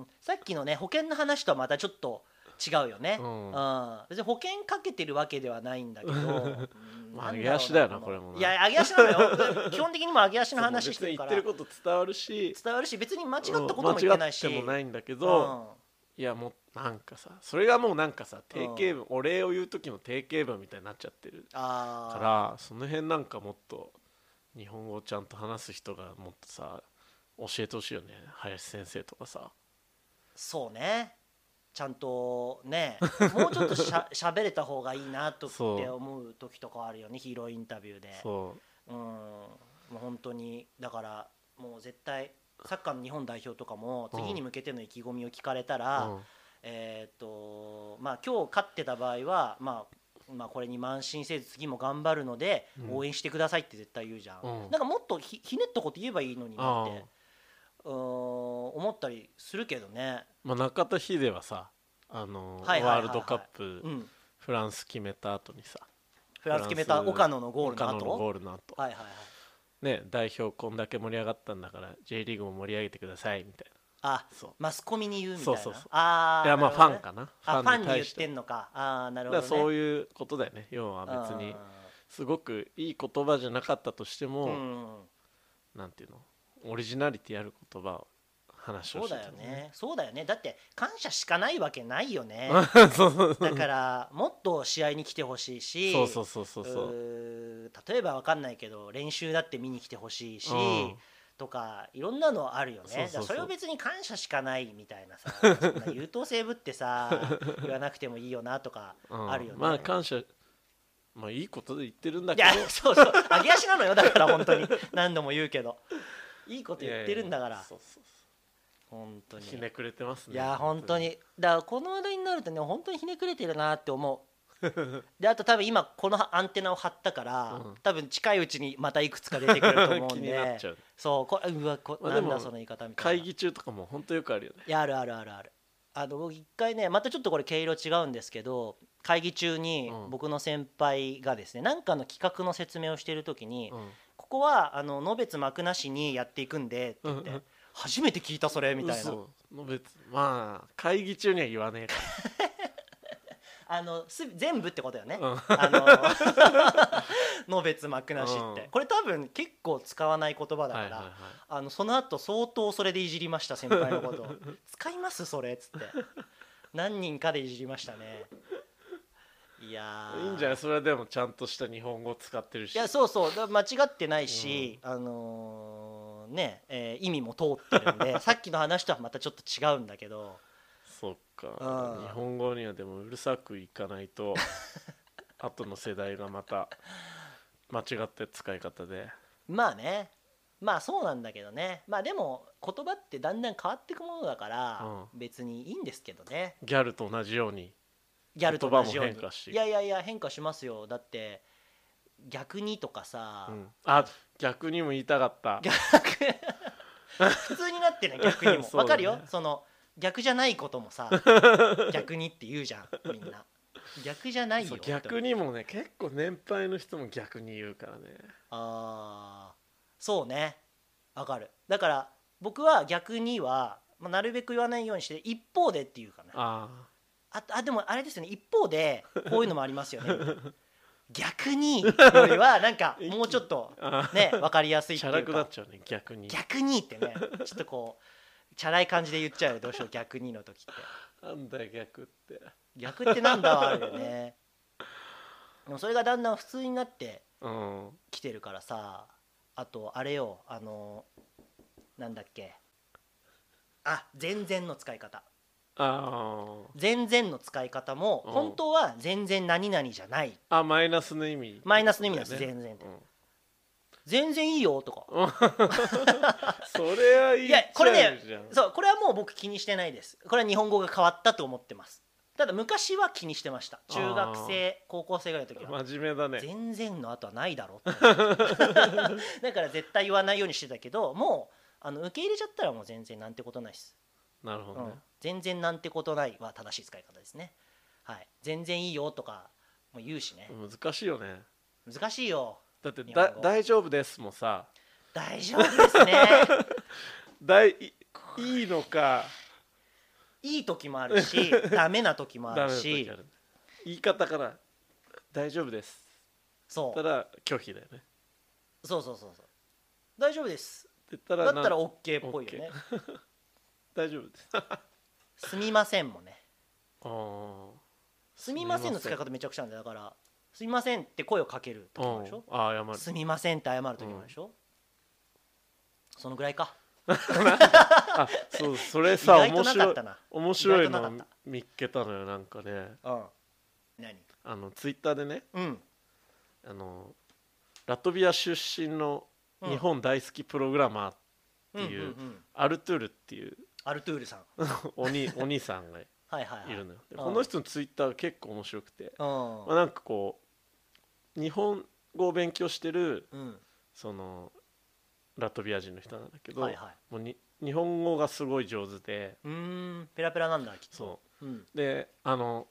S2: んさっきのね保険の話とはまたちょっと違うよね、う
S1: うんん
S2: 別に保険かけてるわけではないん だけど、うん
S1: まあ
S2: なんろ
S1: 揚
S2: うな
S1: げ足だよなこれもない
S2: や揚げ足なの よ基本的にも揚げ足の話してるから
S1: そう別に言ってること伝わるし
S2: 伝わるし別に間違ったことも言ってないし、
S1: うん間違ってもないんだけ
S2: うん
S1: ど、いやもうなんかさそれがもうなんかさ定型文、お礼を言う時の定型文みたいになっちゃってる
S2: あ
S1: か
S2: ー
S1: らその辺なんかもっと日本語をちゃんと話す人がもっとさ教えてほしいよね林先生とかさ
S2: そうねちゃんと ねもうちょっとしゃ喋れた方がいいなとって
S1: そう
S2: 思う時とかあるよねヒーローインタビューで
S1: そう
S2: うんもう本当にだからもう絶対サッカーの日本代表とかも
S1: うん
S2: 次に向けての意気込みを聞かれたら、
S1: うん
S2: えーっ、とまあ今日勝ってた場合はまあまあこれに慢心せず次も頑張るので
S1: うん
S2: 応援してくださいって絶対言うじゃん、
S1: うん
S2: なんかもっとひひねったこと言えばいいのになってうーん思ったりするけどね
S1: まあ、中田秀はさあの、
S2: はいはいはいは
S1: ワ
S2: い
S1: ールドカップ、
S2: うん、
S1: フランス決めた後にさ
S2: フランス決めた岡野のゴールの
S1: 岡野の
S2: 後
S1: ゴールの後
S2: はいはいはい
S1: ね代表こんだけ盛り上がったんだから J リーグも盛り上げてくださいみたい
S2: あ
S1: なそう
S2: マスコミに言うみたいな
S1: そうそうそう
S2: ああ
S1: いやまあファンかな
S2: あファンに言って
S1: て
S2: んのかああなる
S1: だ
S2: ほ
S1: か
S2: ど、
S1: ら
S2: ね、
S1: そう
S2: い
S1: いうことだよね要は別にすごくいい言葉じゃなかったとしても、
S2: うんうん
S1: なんていうのオリジナリティある言葉を話を
S2: そう
S1: して
S2: だよねそうだよねだって感謝しかないわけないよね
S1: そうそう
S2: だからもっと試合に来てほしいし
S1: そうそうそうそうそうう
S2: ー例えばわかんないけど練習だって見に来てほしいし、
S1: うん
S2: とかいろんなのあるよね
S1: そうそうそう
S2: だからそれを別に感謝しかないみた いなさそんな優等生ぶってさ言わなくてもいいよなとか
S1: うん
S2: あるよね、
S1: まあ感謝まあいいことで言ってるんだ
S2: い
S1: けど
S2: やそうそう揚げ足なのよだから本当に 何度も言うけどいいこと言ってるんだから
S1: いやいやそうそう
S2: 本当に
S1: そうひねくれてますね
S2: いや本当 にだからこの話題になるとね本当にひねくれてるなって思うであと多分今このアンテナを張ったから、
S1: うん
S2: 多分近いうちにまたいくつか出てくると思 う
S1: 気
S2: ん
S1: になっ
S2: で
S1: ちゃう
S2: そうこうわこ、
S1: まあ
S2: な
S1: で
S2: ん
S1: も
S2: だその言い方みたいな
S1: 会議中とかも本当よくあるよね
S2: いやあるあるあるあるあの僕一回ねまたちょっとこれ毛色違うんですけど会議中に
S1: うん
S2: 僕の先輩がですね何、なん、かの企画の説明をしてる時に、
S1: うん
S2: ここはあののべつ幕なしにやっていくんでって言って、
S1: うんうん
S2: 初めて聞いたそれみたいな
S1: 嘘の別まあ会議中には言わねえか
S2: あのす全部ってことよね、
S1: ら、うん
S2: あ ののべつ幕なしって、
S1: うん
S2: これ多分結構使わない言葉だから、
S1: はいはいはい
S2: あのその後相当それでいじりました先輩 のことを使いますそれっつって何人かでいじりましたねいいやー
S1: いいんじゃないそれはでもちゃんとした日本語使ってるし
S2: いやそうそうだ間違ってないし、あのーね、えー意味も通ってるん でさっきの話とはまたちょっと違うんだけど
S1: そっか
S2: うん
S1: 日本語にはでもうるさくいかない と後の世代がまた間違った使い方で
S2: まあねまあそうなんだけどねまあでも言葉ってだんだん変わっていくものだから、別にいいんですけどね
S1: ギャルと同じように
S2: ギャルと同じように
S1: 言葉も変化していく
S2: いやいやいや変化しますよだって逆にとかさ、
S1: うんあ逆にも言いたかった
S2: 逆普通になってね逆にも、
S1: そうだね
S2: わかるよその逆じゃないこと もさ逆にって言うじゃんみんな逆じゃないよ
S1: そう
S2: って
S1: 逆にもね結構年配の人も逆に言うからね
S2: あーそうねわかるだから僕は逆には、まあ、なるべく言わないようにして一方でっていうかな
S1: あ
S2: ああでもあれですよね一方でこういうのもあります よね逆によりはなんかもうちょっと
S1: ーあ
S2: ね分かりやす
S1: ー
S2: い っ
S1: チ
S2: て
S1: ャ
S2: い
S1: ラ
S2: う
S1: くな
S2: か
S1: っちゃうね逆に
S2: 逆にってねちょっとこうチャラい感じで言っちゃうよどうしよう逆にの時って
S1: なんだよ逆って
S2: 逆ってなんだはある よねでもそれがだんだん普通になって
S1: うん
S2: 来てるからさあとあれよあのなんだっけあ全然の使い方
S1: あ
S2: 全然の使い方も
S1: うん
S2: 本当は全然何々じゃない
S1: ああマイナスの意味
S2: マイナスの意味なんです、
S1: だよね
S2: 全然って
S1: うん
S2: 全然いいよとか
S1: それは言っ
S2: い
S1: ちゃ
S2: やこれね
S1: うじゃん
S2: そうこれはもう僕気にしてないですこれは日本語が変わったと思ってますただ昔は気にしてました中学生高校生ぐらいの時は
S1: 真面目だね
S2: 全然の後はないだろ って思ってた だから絶対言わないようにしてたけどもうあの受け入れちゃったらもう全然なんてことないです
S1: なるほど
S2: うん
S1: ね、
S2: 全然なんてことないは正しい使い方ですね、はい、全然いいよとかも言うしね、
S1: 難しいよね
S2: 難しいよ
S1: だって
S2: 日
S1: だ
S2: 本語
S1: 大丈夫ですもさ
S2: 大丈夫で すね
S1: だいいいいのか
S2: いい時もあ るしダメな時もあ
S1: ダメ
S2: る
S1: な
S2: し
S1: 時ある言い方から大丈夫です
S2: そ
S1: た
S2: う
S1: ら拒否だよね
S2: そうそうそうそう大丈夫です
S1: って言ったら
S2: だったら
S1: なん
S2: OK っぽいよね
S1: 大丈夫 です
S2: すみませんもね
S1: あー
S2: すみませんの使い方めちゃくちゃなんだよだからすみませんって声をかける時もあるでしょ
S1: うんああ謝る
S2: すみませんって謝る時もあるでしょ、そのぐらいか
S1: あそうそれ
S2: 意
S1: さ
S2: 外
S1: 面
S2: とな
S1: 白
S2: かっ
S1: い
S2: たな
S1: 面白い
S2: 意
S1: の
S2: 外となか
S1: 見っけたのよなんかね
S2: うん何
S1: あのツイッターでね
S2: うん
S1: あのラトビア出身の
S2: うん
S1: 日本大好きプログラマー、ていうん
S2: んん
S1: アルトゥールっていう
S2: アルトゥールさん
S1: おにお兄さんがい
S2: はいはいはい
S1: るのよで
S2: うん
S1: この人のツイッター結構面白くて、まあ、
S2: う
S1: なんかこう日本語を勉強してる
S2: ん、うん、
S1: そのラトビア人の人なんだけど、
S2: はいはい
S1: もうに日本語がすごい上手で
S2: うーんペラペラなんだきっと、
S1: そう
S2: ん、
S1: うであの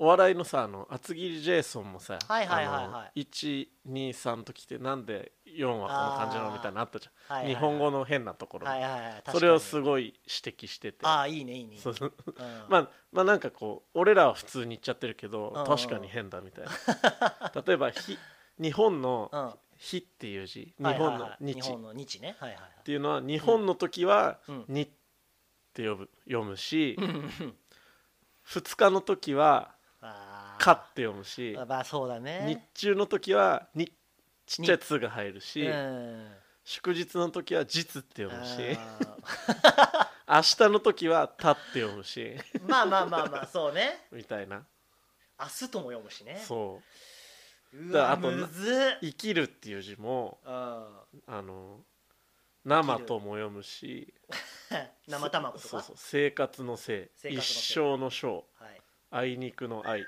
S1: お笑いのさあの厚切りジェイソンもさ、
S2: はいはいはいは
S1: 123ときてなんで4はこの感じなの
S2: あー
S1: みたいなのあったじゃん
S2: はいはいはい
S1: 日本語の変なところ、
S2: はいはいはい確かに
S1: それをすごい指摘してて
S2: ああいいねいいね
S1: そうそう
S2: うん
S1: まあまあなんかこう俺らは普通に言っちゃってるけど
S2: うんうん
S1: 確かに変だみたい な例えばひ日本の
S2: うん
S1: 「日」っていう字日
S2: はいはい
S1: 本の
S2: は
S1: 「
S2: い
S1: 日」
S2: 日本
S1: っ
S2: の日ねはいはいはい
S1: ていうのは日本の時は
S2: うん
S1: 「に」って呼ぶ読むし
S2: うんうんうん
S1: 2日の時は
S2: あ
S1: 「
S2: ー
S1: か」って読むし
S2: まあそうだ
S1: 日
S2: ね
S1: 中の時は「に」ちっちゃい「つ」が入る
S2: う
S1: し
S2: ん
S1: 祝日の時は「じつ」って
S2: あ
S1: 読むし
S2: ー
S1: 明日の時は「た」って読む し
S2: まあまあまあまあそうね
S1: みたいな
S2: 明日とも読むしね
S1: そうだ
S2: う
S1: から
S2: わ
S1: あと
S2: むず
S1: 「生きる」っていう字も
S2: うん
S1: あの生とも読むし
S2: 生卵とか
S1: そうそう生活の生
S2: 生活の生
S1: 一生の生
S2: はい
S1: あいにくの愛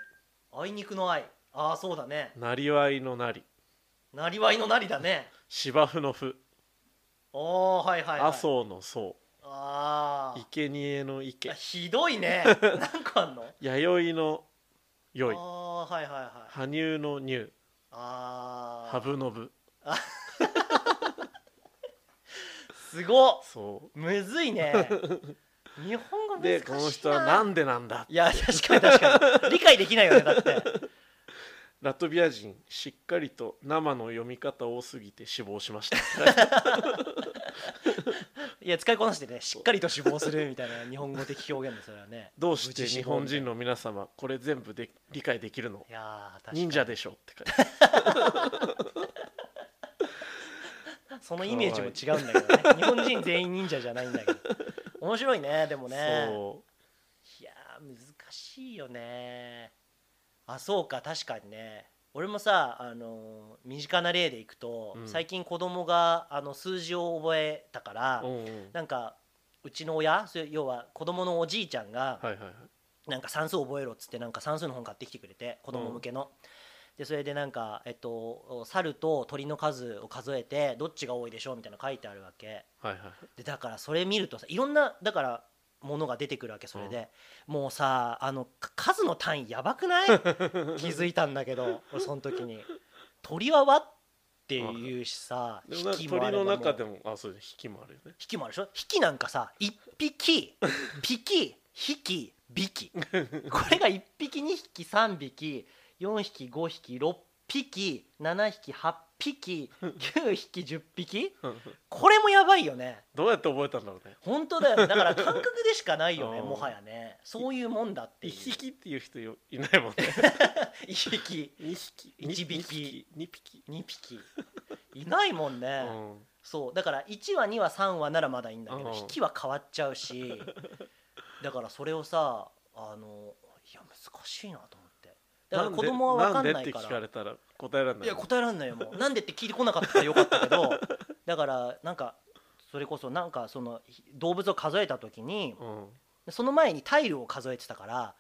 S2: あいにくの愛ああそうだね
S1: なりわいのなり
S2: なりわいのなりだね
S1: 芝生のふ
S2: おーはいはい、はい、
S1: 麻生の僧
S2: あー
S1: 生贄の
S2: あ
S1: 池
S2: ひどい ねなんかあんの
S1: 弥生のよい
S2: あーはいはいはい
S1: 羽生の乳
S2: あ
S1: 羽
S2: ー
S1: 生の部
S2: すごっ
S1: そ
S2: むずいね日本語
S1: う
S2: 難しいな
S1: でこの人はなんでなんだ
S2: いや確かに確かに理解できないよねだって
S1: ラトビア人しっかり と生の読み方多すぎて死亡しましたい
S2: いや使いこなしてねしっかりと死亡するみたいな日本語的表現でそれはね
S1: どうして
S2: 無知
S1: 日
S2: 死亡
S1: 本
S2: みたい
S1: 人の皆様これ全部で理解できるの
S2: ないやー確かに
S1: 忍者でしょって書いてある
S2: そのイメージも違うんだけどね日本人全員忍者じゃないんだけど面白いねでもね
S1: そ
S2: いやー難しいよねあそうか確かにね俺もさあのー身近な例でいくと、
S1: うん
S2: 最近子供があの数字を覚えたから、
S1: ううんうん
S2: なんかうちの親それ要は子供のおじいちゃんが、
S1: はいはいはい
S2: なんか算数覚えろっつってなんか算数の本買ってきてくれて子供向けの、でそれでなんか、えっと、猿と鳥の数を数えてどっちが多いでしょうみたいなの書いてあるわけ
S1: はいはい
S2: でだからそれ見るとさいろんなだからものが出てくるわけそれで、もうさあのか数の単位やばく ない気づいたんだけど俺その時に鳥は和っていうしさ
S1: でもなんか
S2: あ
S1: 鳥
S2: れば
S1: の
S2: もう
S1: 中でもあそうです引きもあるよね
S2: 引きもあるでしょ引きなんかさ一匹ピキ引き引きこれが1匹2匹3匹4匹5匹6匹7匹8匹9匹10匹これもやばいよね
S1: どうやって覚えたんだろうね
S2: 本当だよねだから感覚でしかないよね
S1: うん
S2: もはやねそういうもんだっていう
S1: 一匹っていう人よいないもんね
S2: 1匹
S1: 二匹
S2: 一匹
S1: 二二匹
S2: 2匹いないもん
S1: う
S2: ね、
S1: ん
S2: そうだから1話2話3話ならまだいいんだけど
S1: うん
S2: 引きは変わっちゃうし だからそれをさあのいや難しいなと思ってだから
S1: なんで
S2: 子供は分かん
S1: な
S2: なん
S1: でって
S2: いか
S1: 聞かられたら答えられない
S2: いや答えらんないよもうなんでって聞いてこなかったからよかったけど だからなんかそれこそなんかその動物を数えた時に
S1: うん
S2: その前にタイルを数えてたから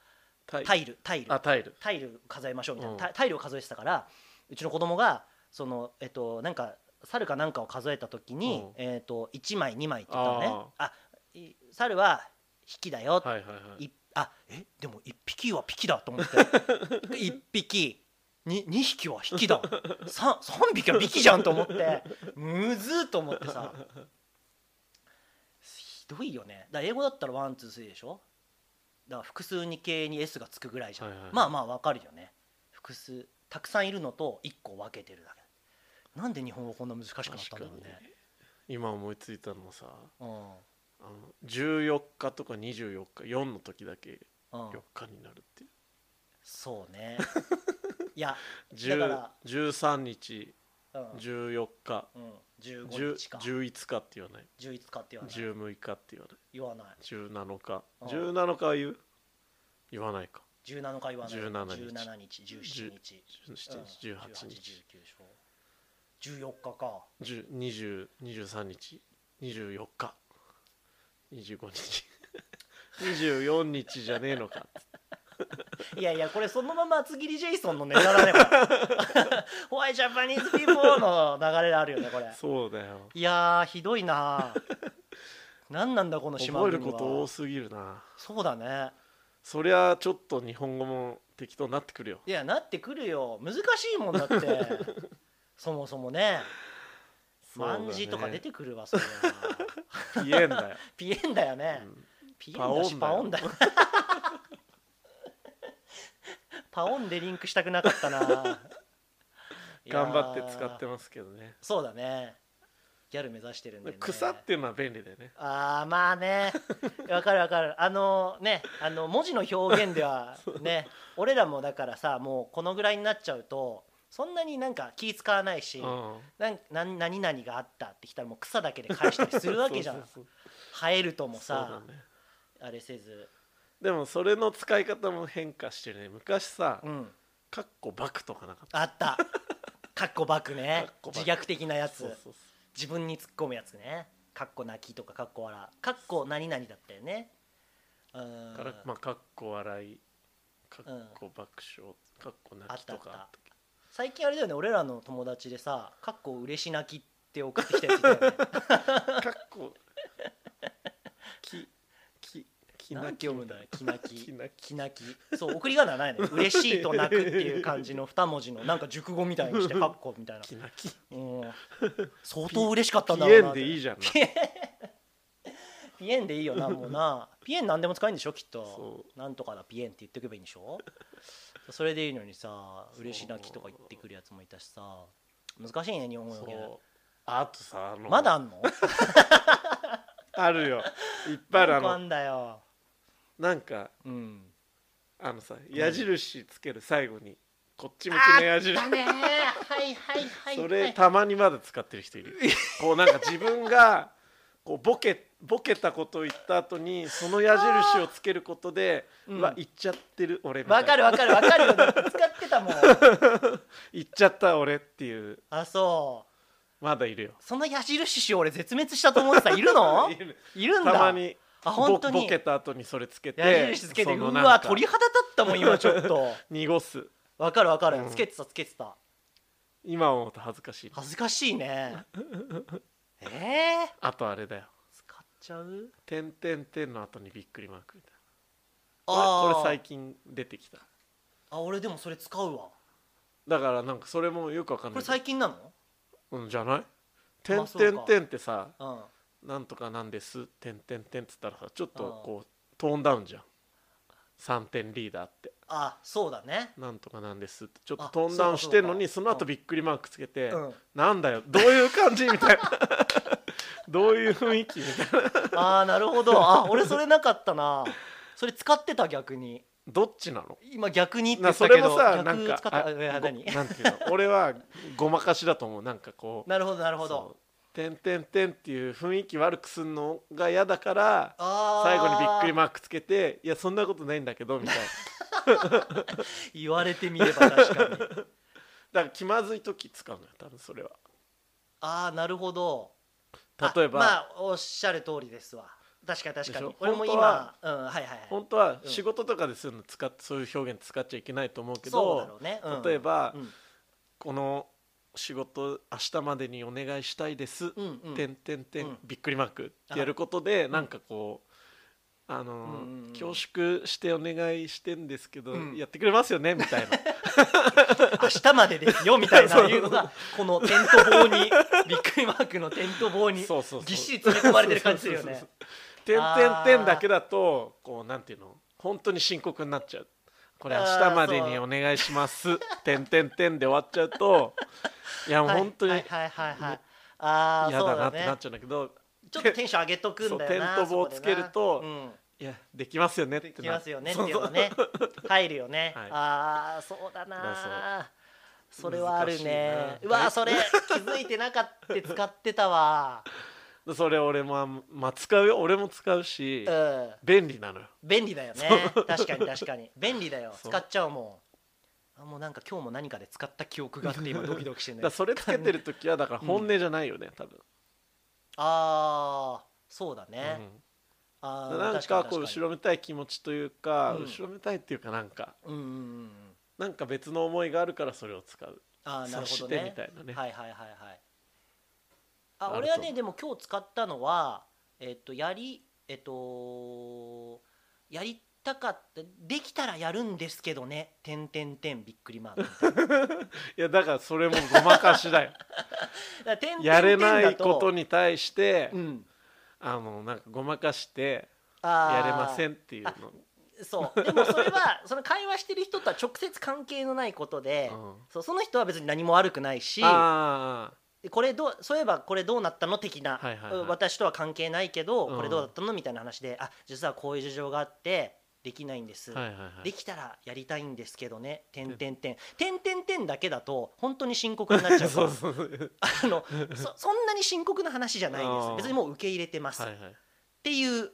S1: タイ
S2: タイルタイル
S1: あタイル
S2: タイル数えましょうみたいな、
S1: うん
S2: タタイルを数えてたからうちの子供がそのえっとなんか猿かなんかを数えた時に、
S1: う
S2: えっと1枚2枚って言ったのね
S1: あ
S2: あい猿は引きだよ、
S1: はいはいはい
S2: いあえでも1匹はピキだと思って 1匹 2, 2匹は引きだ 3, 3匹はビキじゃんと思ってむずーと思ってさひどいよねだから英語だったらワンツースリーでしょだから複数に形に S がつくぐらいじゃん、
S1: はいはいはい
S2: まあまあわかるよね複数たくさんいるのと1個分けてるだけなんで日本語こんな難しくなったんだろうね
S1: 今思いついたのさ
S2: う
S1: あの14日とか24日4の時だけ
S2: ん、うん
S1: 4、日になるっていう
S2: そうねいや、だ
S1: 10
S2: か
S1: 13日
S2: うん
S1: 14日
S2: うん、15日か
S1: 11日って言わない
S2: 11日って言わない
S1: 16日って言わない
S2: 言わない
S1: 17日
S2: うん
S1: 17日は言う言わないか
S2: 17日言わない
S1: 17日
S2: 17日17日
S1: 17日18日
S2: 18 19でしょ14日か
S1: 10 20 23日24日25日 24日じゃねえのか
S2: いやいやこれそのまま厚切りジェイソンのネタだねこれ ホワイトジャパニーズピーポーの流れあるよねこれ
S1: そうだよ
S2: いやーひどいな何なんだこの島
S1: 覚え
S2: 国は
S1: ること多すぎるな
S2: そうだね
S1: そりゃちょっと日本語も適当になってくるよ
S2: いやなってくるよ難しいもんだって そもそもね
S1: そうだね
S2: 万字とか出てくるわそれは
S1: ピエン だよ、
S2: ピエンだよね、
S1: うん
S2: ピエンだしパ
S1: パ
S2: オ
S1: オ
S2: ン
S1: ン
S2: だ
S1: だ
S2: パオンでリンクしたくなかったな
S1: 頑張って使っ
S2: いやー
S1: てますけどね
S2: そうだねギャル目指してるんで、ね、
S1: 草っていうのは便利だよね
S2: あーま あねわかるわかるあのねあの文字の表現 ではね俺らもだからさもうこのぐらいになっちゃうとそんなになんか気使わないし、
S1: う
S2: なんなん何々があったってきたらもう草だけで返したりするわけじゃん
S1: そうそう
S2: 生えると
S1: そう
S2: も
S1: そう
S2: さ、
S1: だね
S2: あれせず
S1: でもそれの使い方も変化してるね昔さ
S2: うん
S1: 「かっこバク」とかなかった
S2: あったかっこバクね
S1: かっこバ
S2: 自
S1: ク
S2: 虐的なやつ
S1: そうそうそう
S2: 自分に突っ込むやつねかっこ泣きとかかっこ笑かっこ何々だったよねうん
S1: からまあかっこ笑いか
S2: うん
S1: っこ爆笑かっこ泣きとか
S2: あ
S1: あ
S2: っ
S1: った
S2: 最近あれだよね俺らの友達でさ「かっこ嬉し泣き」って送ってきたやつい たよね
S1: けどかっこ ききき
S2: なん
S1: 泣
S2: て
S1: き
S2: 読むんだろう「き泣
S1: き
S2: き」
S1: 泣
S2: き泣きそう送り仮名ない ね嬉しいと泣くっていう感じの2文字のなんか熟語みた いにして「かっこ」みたいな
S1: きき泣き
S2: うん相当嬉しかったん
S1: ピ
S2: だろ
S1: エ
S2: うな
S1: ンでいいじゃんな
S2: ピエンでいいよなもうな ピエン何でも使えるんでしょきっと
S1: そ
S2: なんとかだピエンって言っておけばいいんでしょそれでいいのにさ
S1: そう
S2: 嬉し泣きとか言ってくるやつもいたしさ難しいね日本語の表現
S1: そうあとさあの
S2: まだあんの
S1: あるよいっぱいあるあ
S2: な
S1: の
S2: んだよ、
S1: なんか
S2: うん、
S1: あのさ矢印つける最後にこっち向きの
S2: あ
S1: 矢
S2: っ
S1: 印
S2: たねはいはいはいはい
S1: それたまにまだ使ってる人 いるこうなんか自分がこうボケボケたことを言った後にその矢印をつけることで、
S2: うん
S1: うわ言っちゃってる俺みたい
S2: わ
S1: な
S2: かるわかるわかるよだって使ってたもん
S1: 言っちゃった俺っていう
S2: あそう
S1: まだいるよ
S2: その矢印種俺絶滅したと思ってたいるの
S1: いる
S2: いるんだ
S1: たまに
S2: あ本当に
S1: ボボケた後にそれつけて
S2: 矢印つけて
S1: そうのなん
S2: わ
S1: か
S2: 鳥肌立ったもん今ちょっと
S1: 濁す
S2: わかるわかる、
S1: うん
S2: つけてたつけてた
S1: 今思うと恥ずかしい
S2: 恥ずかしい ねえー、
S1: あとあれだよ
S2: 使っちゃう
S1: 「点点点」の後にびっくりマークみたいな
S2: あ
S1: こ
S2: ー
S1: れこれ最近出てきた
S2: あ俺でもそれ使うわ
S1: だからなんかそれもよくわかん
S2: こ
S1: な
S2: れ
S1: い
S2: 最近なの
S1: うんじゃない
S2: まあ
S1: 点
S2: そう
S1: 点
S2: か
S1: 点ってさ
S2: うん
S1: なんとかなんです点点点っつったらさちょっ
S2: あ
S1: と
S2: ー
S1: こうトーンダウンじゃん3点リーダーって
S2: あそうだね
S1: なんとかなんですってちょっと
S2: あ
S1: トーンダウンしてんのにそ
S2: そう
S1: の
S2: か
S1: 後
S2: そうか
S1: びっくりマークつけて、
S2: うん
S1: なんだよどういう感じみたいな どういう雰囲気みたいな
S2: ああなるほどあ俺それなかったなそれ使ってた逆に
S1: どっちなの
S2: 今逆にって言
S1: な
S2: った
S1: そ
S2: け
S1: れ
S2: ど
S1: もさ
S2: 逆
S1: なんか
S2: 使っ
S1: あ
S2: たあいや
S1: ご
S2: 何
S1: なんていうの 俺はごまかしだと思うなんかこう
S2: なるほどなるほ
S1: そ
S2: ど
S1: う点点点っていう雰囲気悪くすんのが嫌だから
S2: ああ
S1: 最後にびっくりマークつけていやそんなことないんだけどみたいな
S2: 言われてみれば確かに
S1: だから気まずい時使うのよ多分それは
S2: ああなるほどあ
S1: 例えば、
S2: まあおっしゃる通りですわ確かに確か
S1: で
S2: に
S1: しょ
S2: 俺も今
S1: 本当は
S2: うんはいはいはい
S1: 本当は
S2: うん
S1: 仕事とかでするの使っそういう表現使っちゃいけないと思うけ
S2: そうだろ
S1: ど、
S2: うね、うん、
S1: 例えば、
S2: うん
S1: この仕事明日までにお願いしたいです、
S2: うんうん
S1: てんてんてん、
S2: うん
S1: びっくりマークってやることで、なんかこうあのー、
S2: うんうんうん
S1: 恐縮してお願いしてんですけど、
S2: うん
S1: やってくれますよねみたいな
S2: 明日までですよみたいな
S1: そう
S2: いうのがこのテント棒にびっくりマークのテント棒 にぎっ
S1: そうそうそう
S2: しり詰め込まれてる感じするよ
S1: そう
S2: ね
S1: そうそうそうてんてんてんだけだとこうなんていうの本当に深刻になっちゃうこれ明日までにお願いしますてんてんてんで終わっちゃう といやもう
S2: はい
S1: 本当に
S2: はい
S1: 嫌
S2: はいはいはいああそう
S1: だな
S2: だ
S1: ってなっ
S2: ね
S1: ちゃうんだけど
S2: ちょっとテンション上げとくんだよな
S1: そうテント棒
S2: そこでな
S1: つけると
S2: うん
S1: いやできますよねって
S2: で
S1: な
S2: きますよねって
S1: そう
S2: いうのね入るよね、
S1: はい
S2: ああそうだなそれはあるね
S1: 難しいうな
S2: わそれ気づいてなかった使って たわ
S1: それ俺もあんまあ使うよ俺も使うし、
S2: うん
S1: 便利なのよ
S2: 便利だよね確かに確かに便利だよ
S1: そう
S2: 使っちゃうもんあもうなんか今日も何かで使った記憶があって今ドキドキしてん
S1: だか
S2: だよ
S1: らそれつけてる時はだから本音じゃないよね、多分、
S2: ああそうだね、
S1: うん
S2: あ
S1: だ
S2: ー
S1: からなん
S2: 確か
S1: かこ
S2: に
S1: う後
S2: 確か
S1: ろめたい気持ちというか、
S2: うん
S1: 後ろめたいっていうかなんか
S2: にうんうんうんうん
S1: なんか別の思いがあるからそれを使う
S2: ああなるほど
S1: 察してみ
S2: ね
S1: たいなね
S2: はいはいはいはい
S1: あ
S2: あ
S1: ると
S2: 俺はねでも今日使ったのはえっとやりえっとやりたかったできたらやるんですけどね「てんてんてんびっくりマークみたいな」
S1: いやだからそれもごまかしだ よ
S2: だからてんてんてん
S1: やれな
S2: だ
S1: いこと
S2: と
S1: に対して、
S2: うん
S1: あのなんかごまかして
S2: あー
S1: やれませんっていうの
S2: そうでもそれは その会話してる人とは直接関係のないことで、
S1: うん
S2: そうその人は別に何も悪くないし
S1: あ
S2: これどうそういえばこれどうなったの的な、
S1: はいはいはい
S2: うん私とは関係ないけど、
S1: うん
S2: これどうだったのみたいな話であ実はこういう事情があってできないんです、
S1: あはいはいはい
S2: できたらやりたいんですけどね「てんてんてん」「てんてんてん」だけだと本当に深刻になっちゃ うか
S1: そ
S2: ら
S1: うそうそう
S2: あのそそんなに深刻な話じゃないで
S1: う
S2: す
S1: ん
S2: 別にもう受け入れてます、
S1: はいは
S2: っ
S1: い
S2: ていう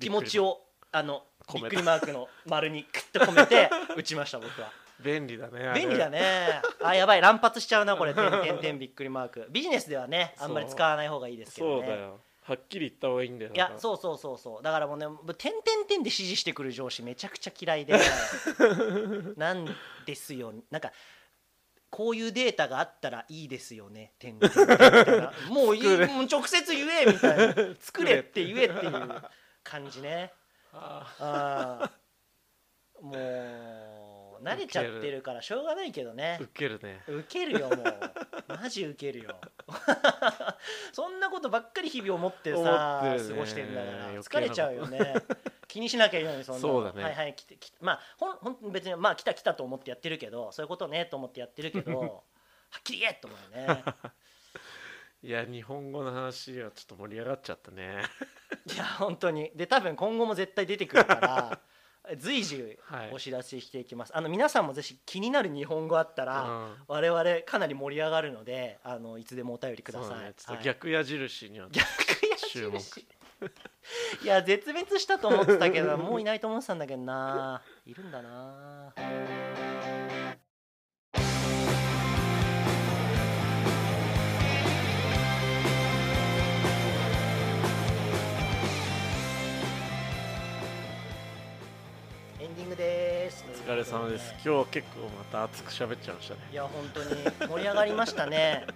S2: 気持ちをあの
S1: 込
S2: び
S1: め
S2: ったくりマークの丸にクッと込 めて打ちました僕は
S1: 便利だねあれ
S2: 便利だねあやばい乱発しちゃうなこれ「てんてんてん」びっくりマークビジネスではねあんまり使わない方がいいですけど
S1: そ
S2: ね
S1: うだよはっきり言った方がいいんだよ
S2: いや
S1: だから
S2: そうそうそうそうだからもうね「てんてんてん」で指示してくる上司めちゃくちゃ嫌 いでなんですよなんかこういうデータがあったらいいですよね「てんてんてん」みた いなもういい
S1: 作れ
S2: もう直接言えみたいな作れって言えっていう感じね
S1: あ
S2: あーもう慣れちゃってるからしょうがないけどね
S1: ーウケるね
S2: ウケるよもうマジウケるよ そんなことばっかり日々思ってさ
S1: 思ってるね
S2: 過ごしてんだか
S1: 余計
S2: ら
S1: なこと
S2: 疲れちゃうよね気にしなきゃいけないのにそんなの
S1: そうだね
S2: はいはい来て来てまあほんほん別にまあ来た来たと思ってやって るけどそういうことねと思ってやってるけどはっきり言えと思うよね
S1: いや日本語の話はちょっと盛り上がっちゃったね
S2: いや本当にで多分今後も絶対出てくるから 随時
S1: はい
S2: お知らせしていきます、あの皆さんもぜひ気になる日本語あったら、
S1: うん
S2: 我々かなり盛り上がるのであのいつでもお便りくだ
S1: そう
S2: さい、
S1: ねちょっ
S2: は
S1: と
S2: い
S1: 逆矢印には
S2: 逆や
S1: 注目
S2: 印 いや絶滅したと思ってたけどもういないと思ってたんだけどないるんだなエンディングです
S1: お疲れ様です
S2: ということ
S1: 今日は
S2: ね
S1: 結構また熱く喋っちゃいましたね
S2: いや本当に盛り上がりましたね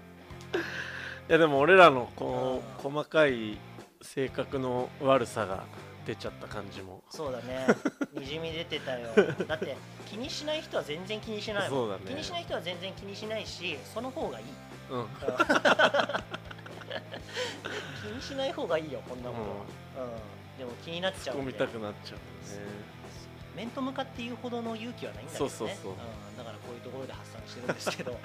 S1: いやでも俺らのこう
S2: う
S1: 細かい性格の悪さが出ちゃった感じも
S2: そうだねにじみ出てたよだって気にしない人は全然気にしないもん
S1: そうだね
S2: 気にしない人は全然気にしないしそ の方がいい
S1: うん、うん、
S2: 気にしない方がいいよこんなことは、うんでも気になっちゃ
S1: 突っ込
S2: うん
S1: み
S2: で
S1: たくなっちゃうね
S2: 面と向かって言うほどの勇気はないんだけど
S1: そう
S2: ね、
S1: そうそうん
S2: だからこういうところで発散してるんです けどね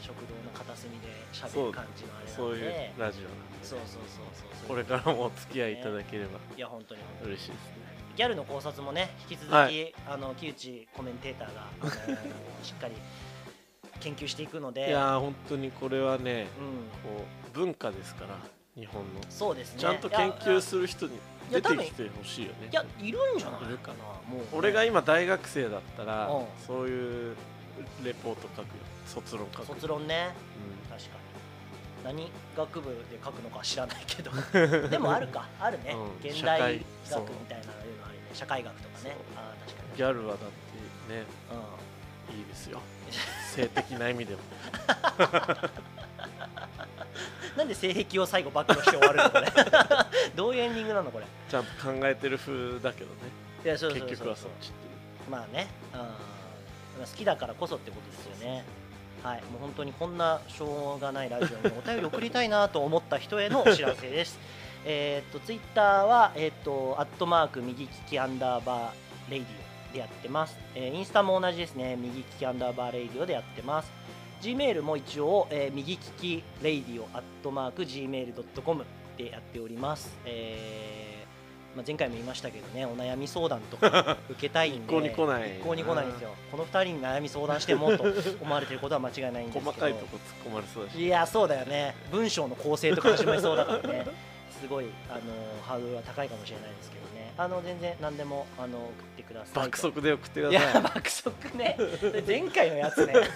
S2: 食堂の片隅で
S1: そ
S2: 喋
S1: う
S2: る感じのあれなんで
S1: そういうラジオなんで
S2: そうそうそうそう
S1: これからもお付き合いいただければ
S2: いや本当に本当に
S1: 嬉しいですね
S2: ギャルの考察もね引き続き、
S1: はい
S2: あの木内コメンテータ ーが、あのしっかり研究していくので
S1: いやー本当にこれはね
S2: うん、
S1: こう文化ですから日本の
S2: そうですね
S1: ちゃんと研究
S2: る
S1: する人に
S2: い
S1: 出
S2: や
S1: てきてほしいよね
S2: いやいるんじゃない
S1: いる
S2: か
S1: か
S2: なもうね、
S1: 俺が今大学生だったら
S2: うん
S1: そういうレポート書くよ卒論書く
S2: 卒論ね
S1: う
S2: 確かに何学部で書くのかは知らないけ どでもあるかあるね、
S1: うん
S2: 現
S1: 社
S2: 代
S1: 会
S2: 学み
S1: そう
S2: たいなのあるよね社会学とかね
S1: そう
S2: あー確か
S1: ん
S2: に
S1: ギャルはだってね
S2: う
S1: いいです よ性的な意味でも
S2: ん、なんで性癖を最後暴露して終わる のこれどういうエンディングなのこれ
S1: ちゃんと考えてる風だけどね
S2: いやそうそうそう
S1: 結局はそっちっていう
S2: まあね、うん、好きだからこそってことですよね。はい、もう本当にこんなしょうがないラジオにお便り送りたいなと思った人へのお知らせです。 えーっとツイッターはえーっとアットマーク右利きアンダーバーレイディオでやってます。えーインスタも同じですね。右利きアンダーバーレイディオでやってます。G メールも一応、えー右利きレイディオアットマーク gmail.com でやっております。えーまあ、前回も言いましたけどね、お悩み相談とか受けたいん
S1: 一
S2: で、
S1: 向に来ない
S2: 一向に来ないんですよ。この二人に悩み相談してもと思われてることは間違いないんですけど、
S1: 細かいとこ突っ込まれそうだし
S2: いやそうだよね文章の構成とか始まりそうだからねすごいあのハードルは高いかもしれないですけどねあの全然何でもあの送ってください
S1: 爆速で送ってく
S2: い
S1: ださ
S2: や
S1: い
S2: 爆速ね前回の やつね
S1: 違うオ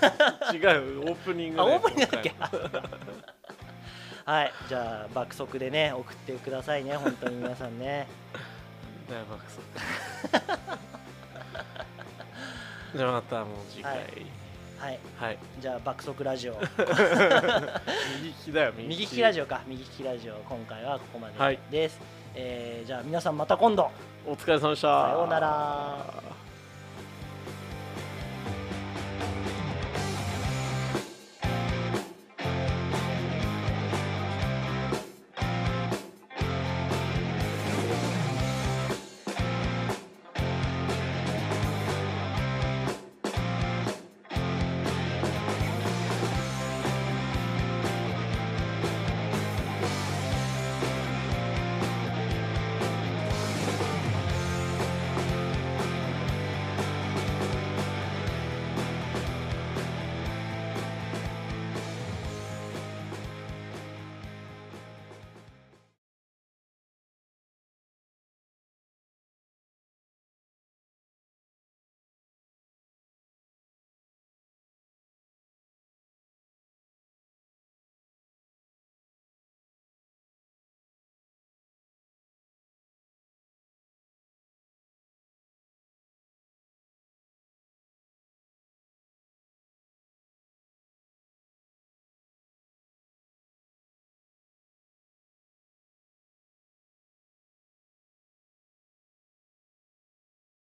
S1: ープニング
S2: あ
S1: だよ
S2: 大盛りなんだっけ
S1: 今回
S2: はいじゃあ爆速でね送ってくださいね本当に皆さんね
S1: だよ爆速 じゃあまたもう次回
S2: ははい
S1: はい
S2: じゃあ爆速ラジオ
S1: 右利きだよ
S2: 右利きラジ
S1: オ
S2: オか右利きラジオ今回はここま
S1: は
S2: で
S1: い
S2: です、えーじゃあ皆さんまた今度
S1: お疲れ様でした
S2: さようなら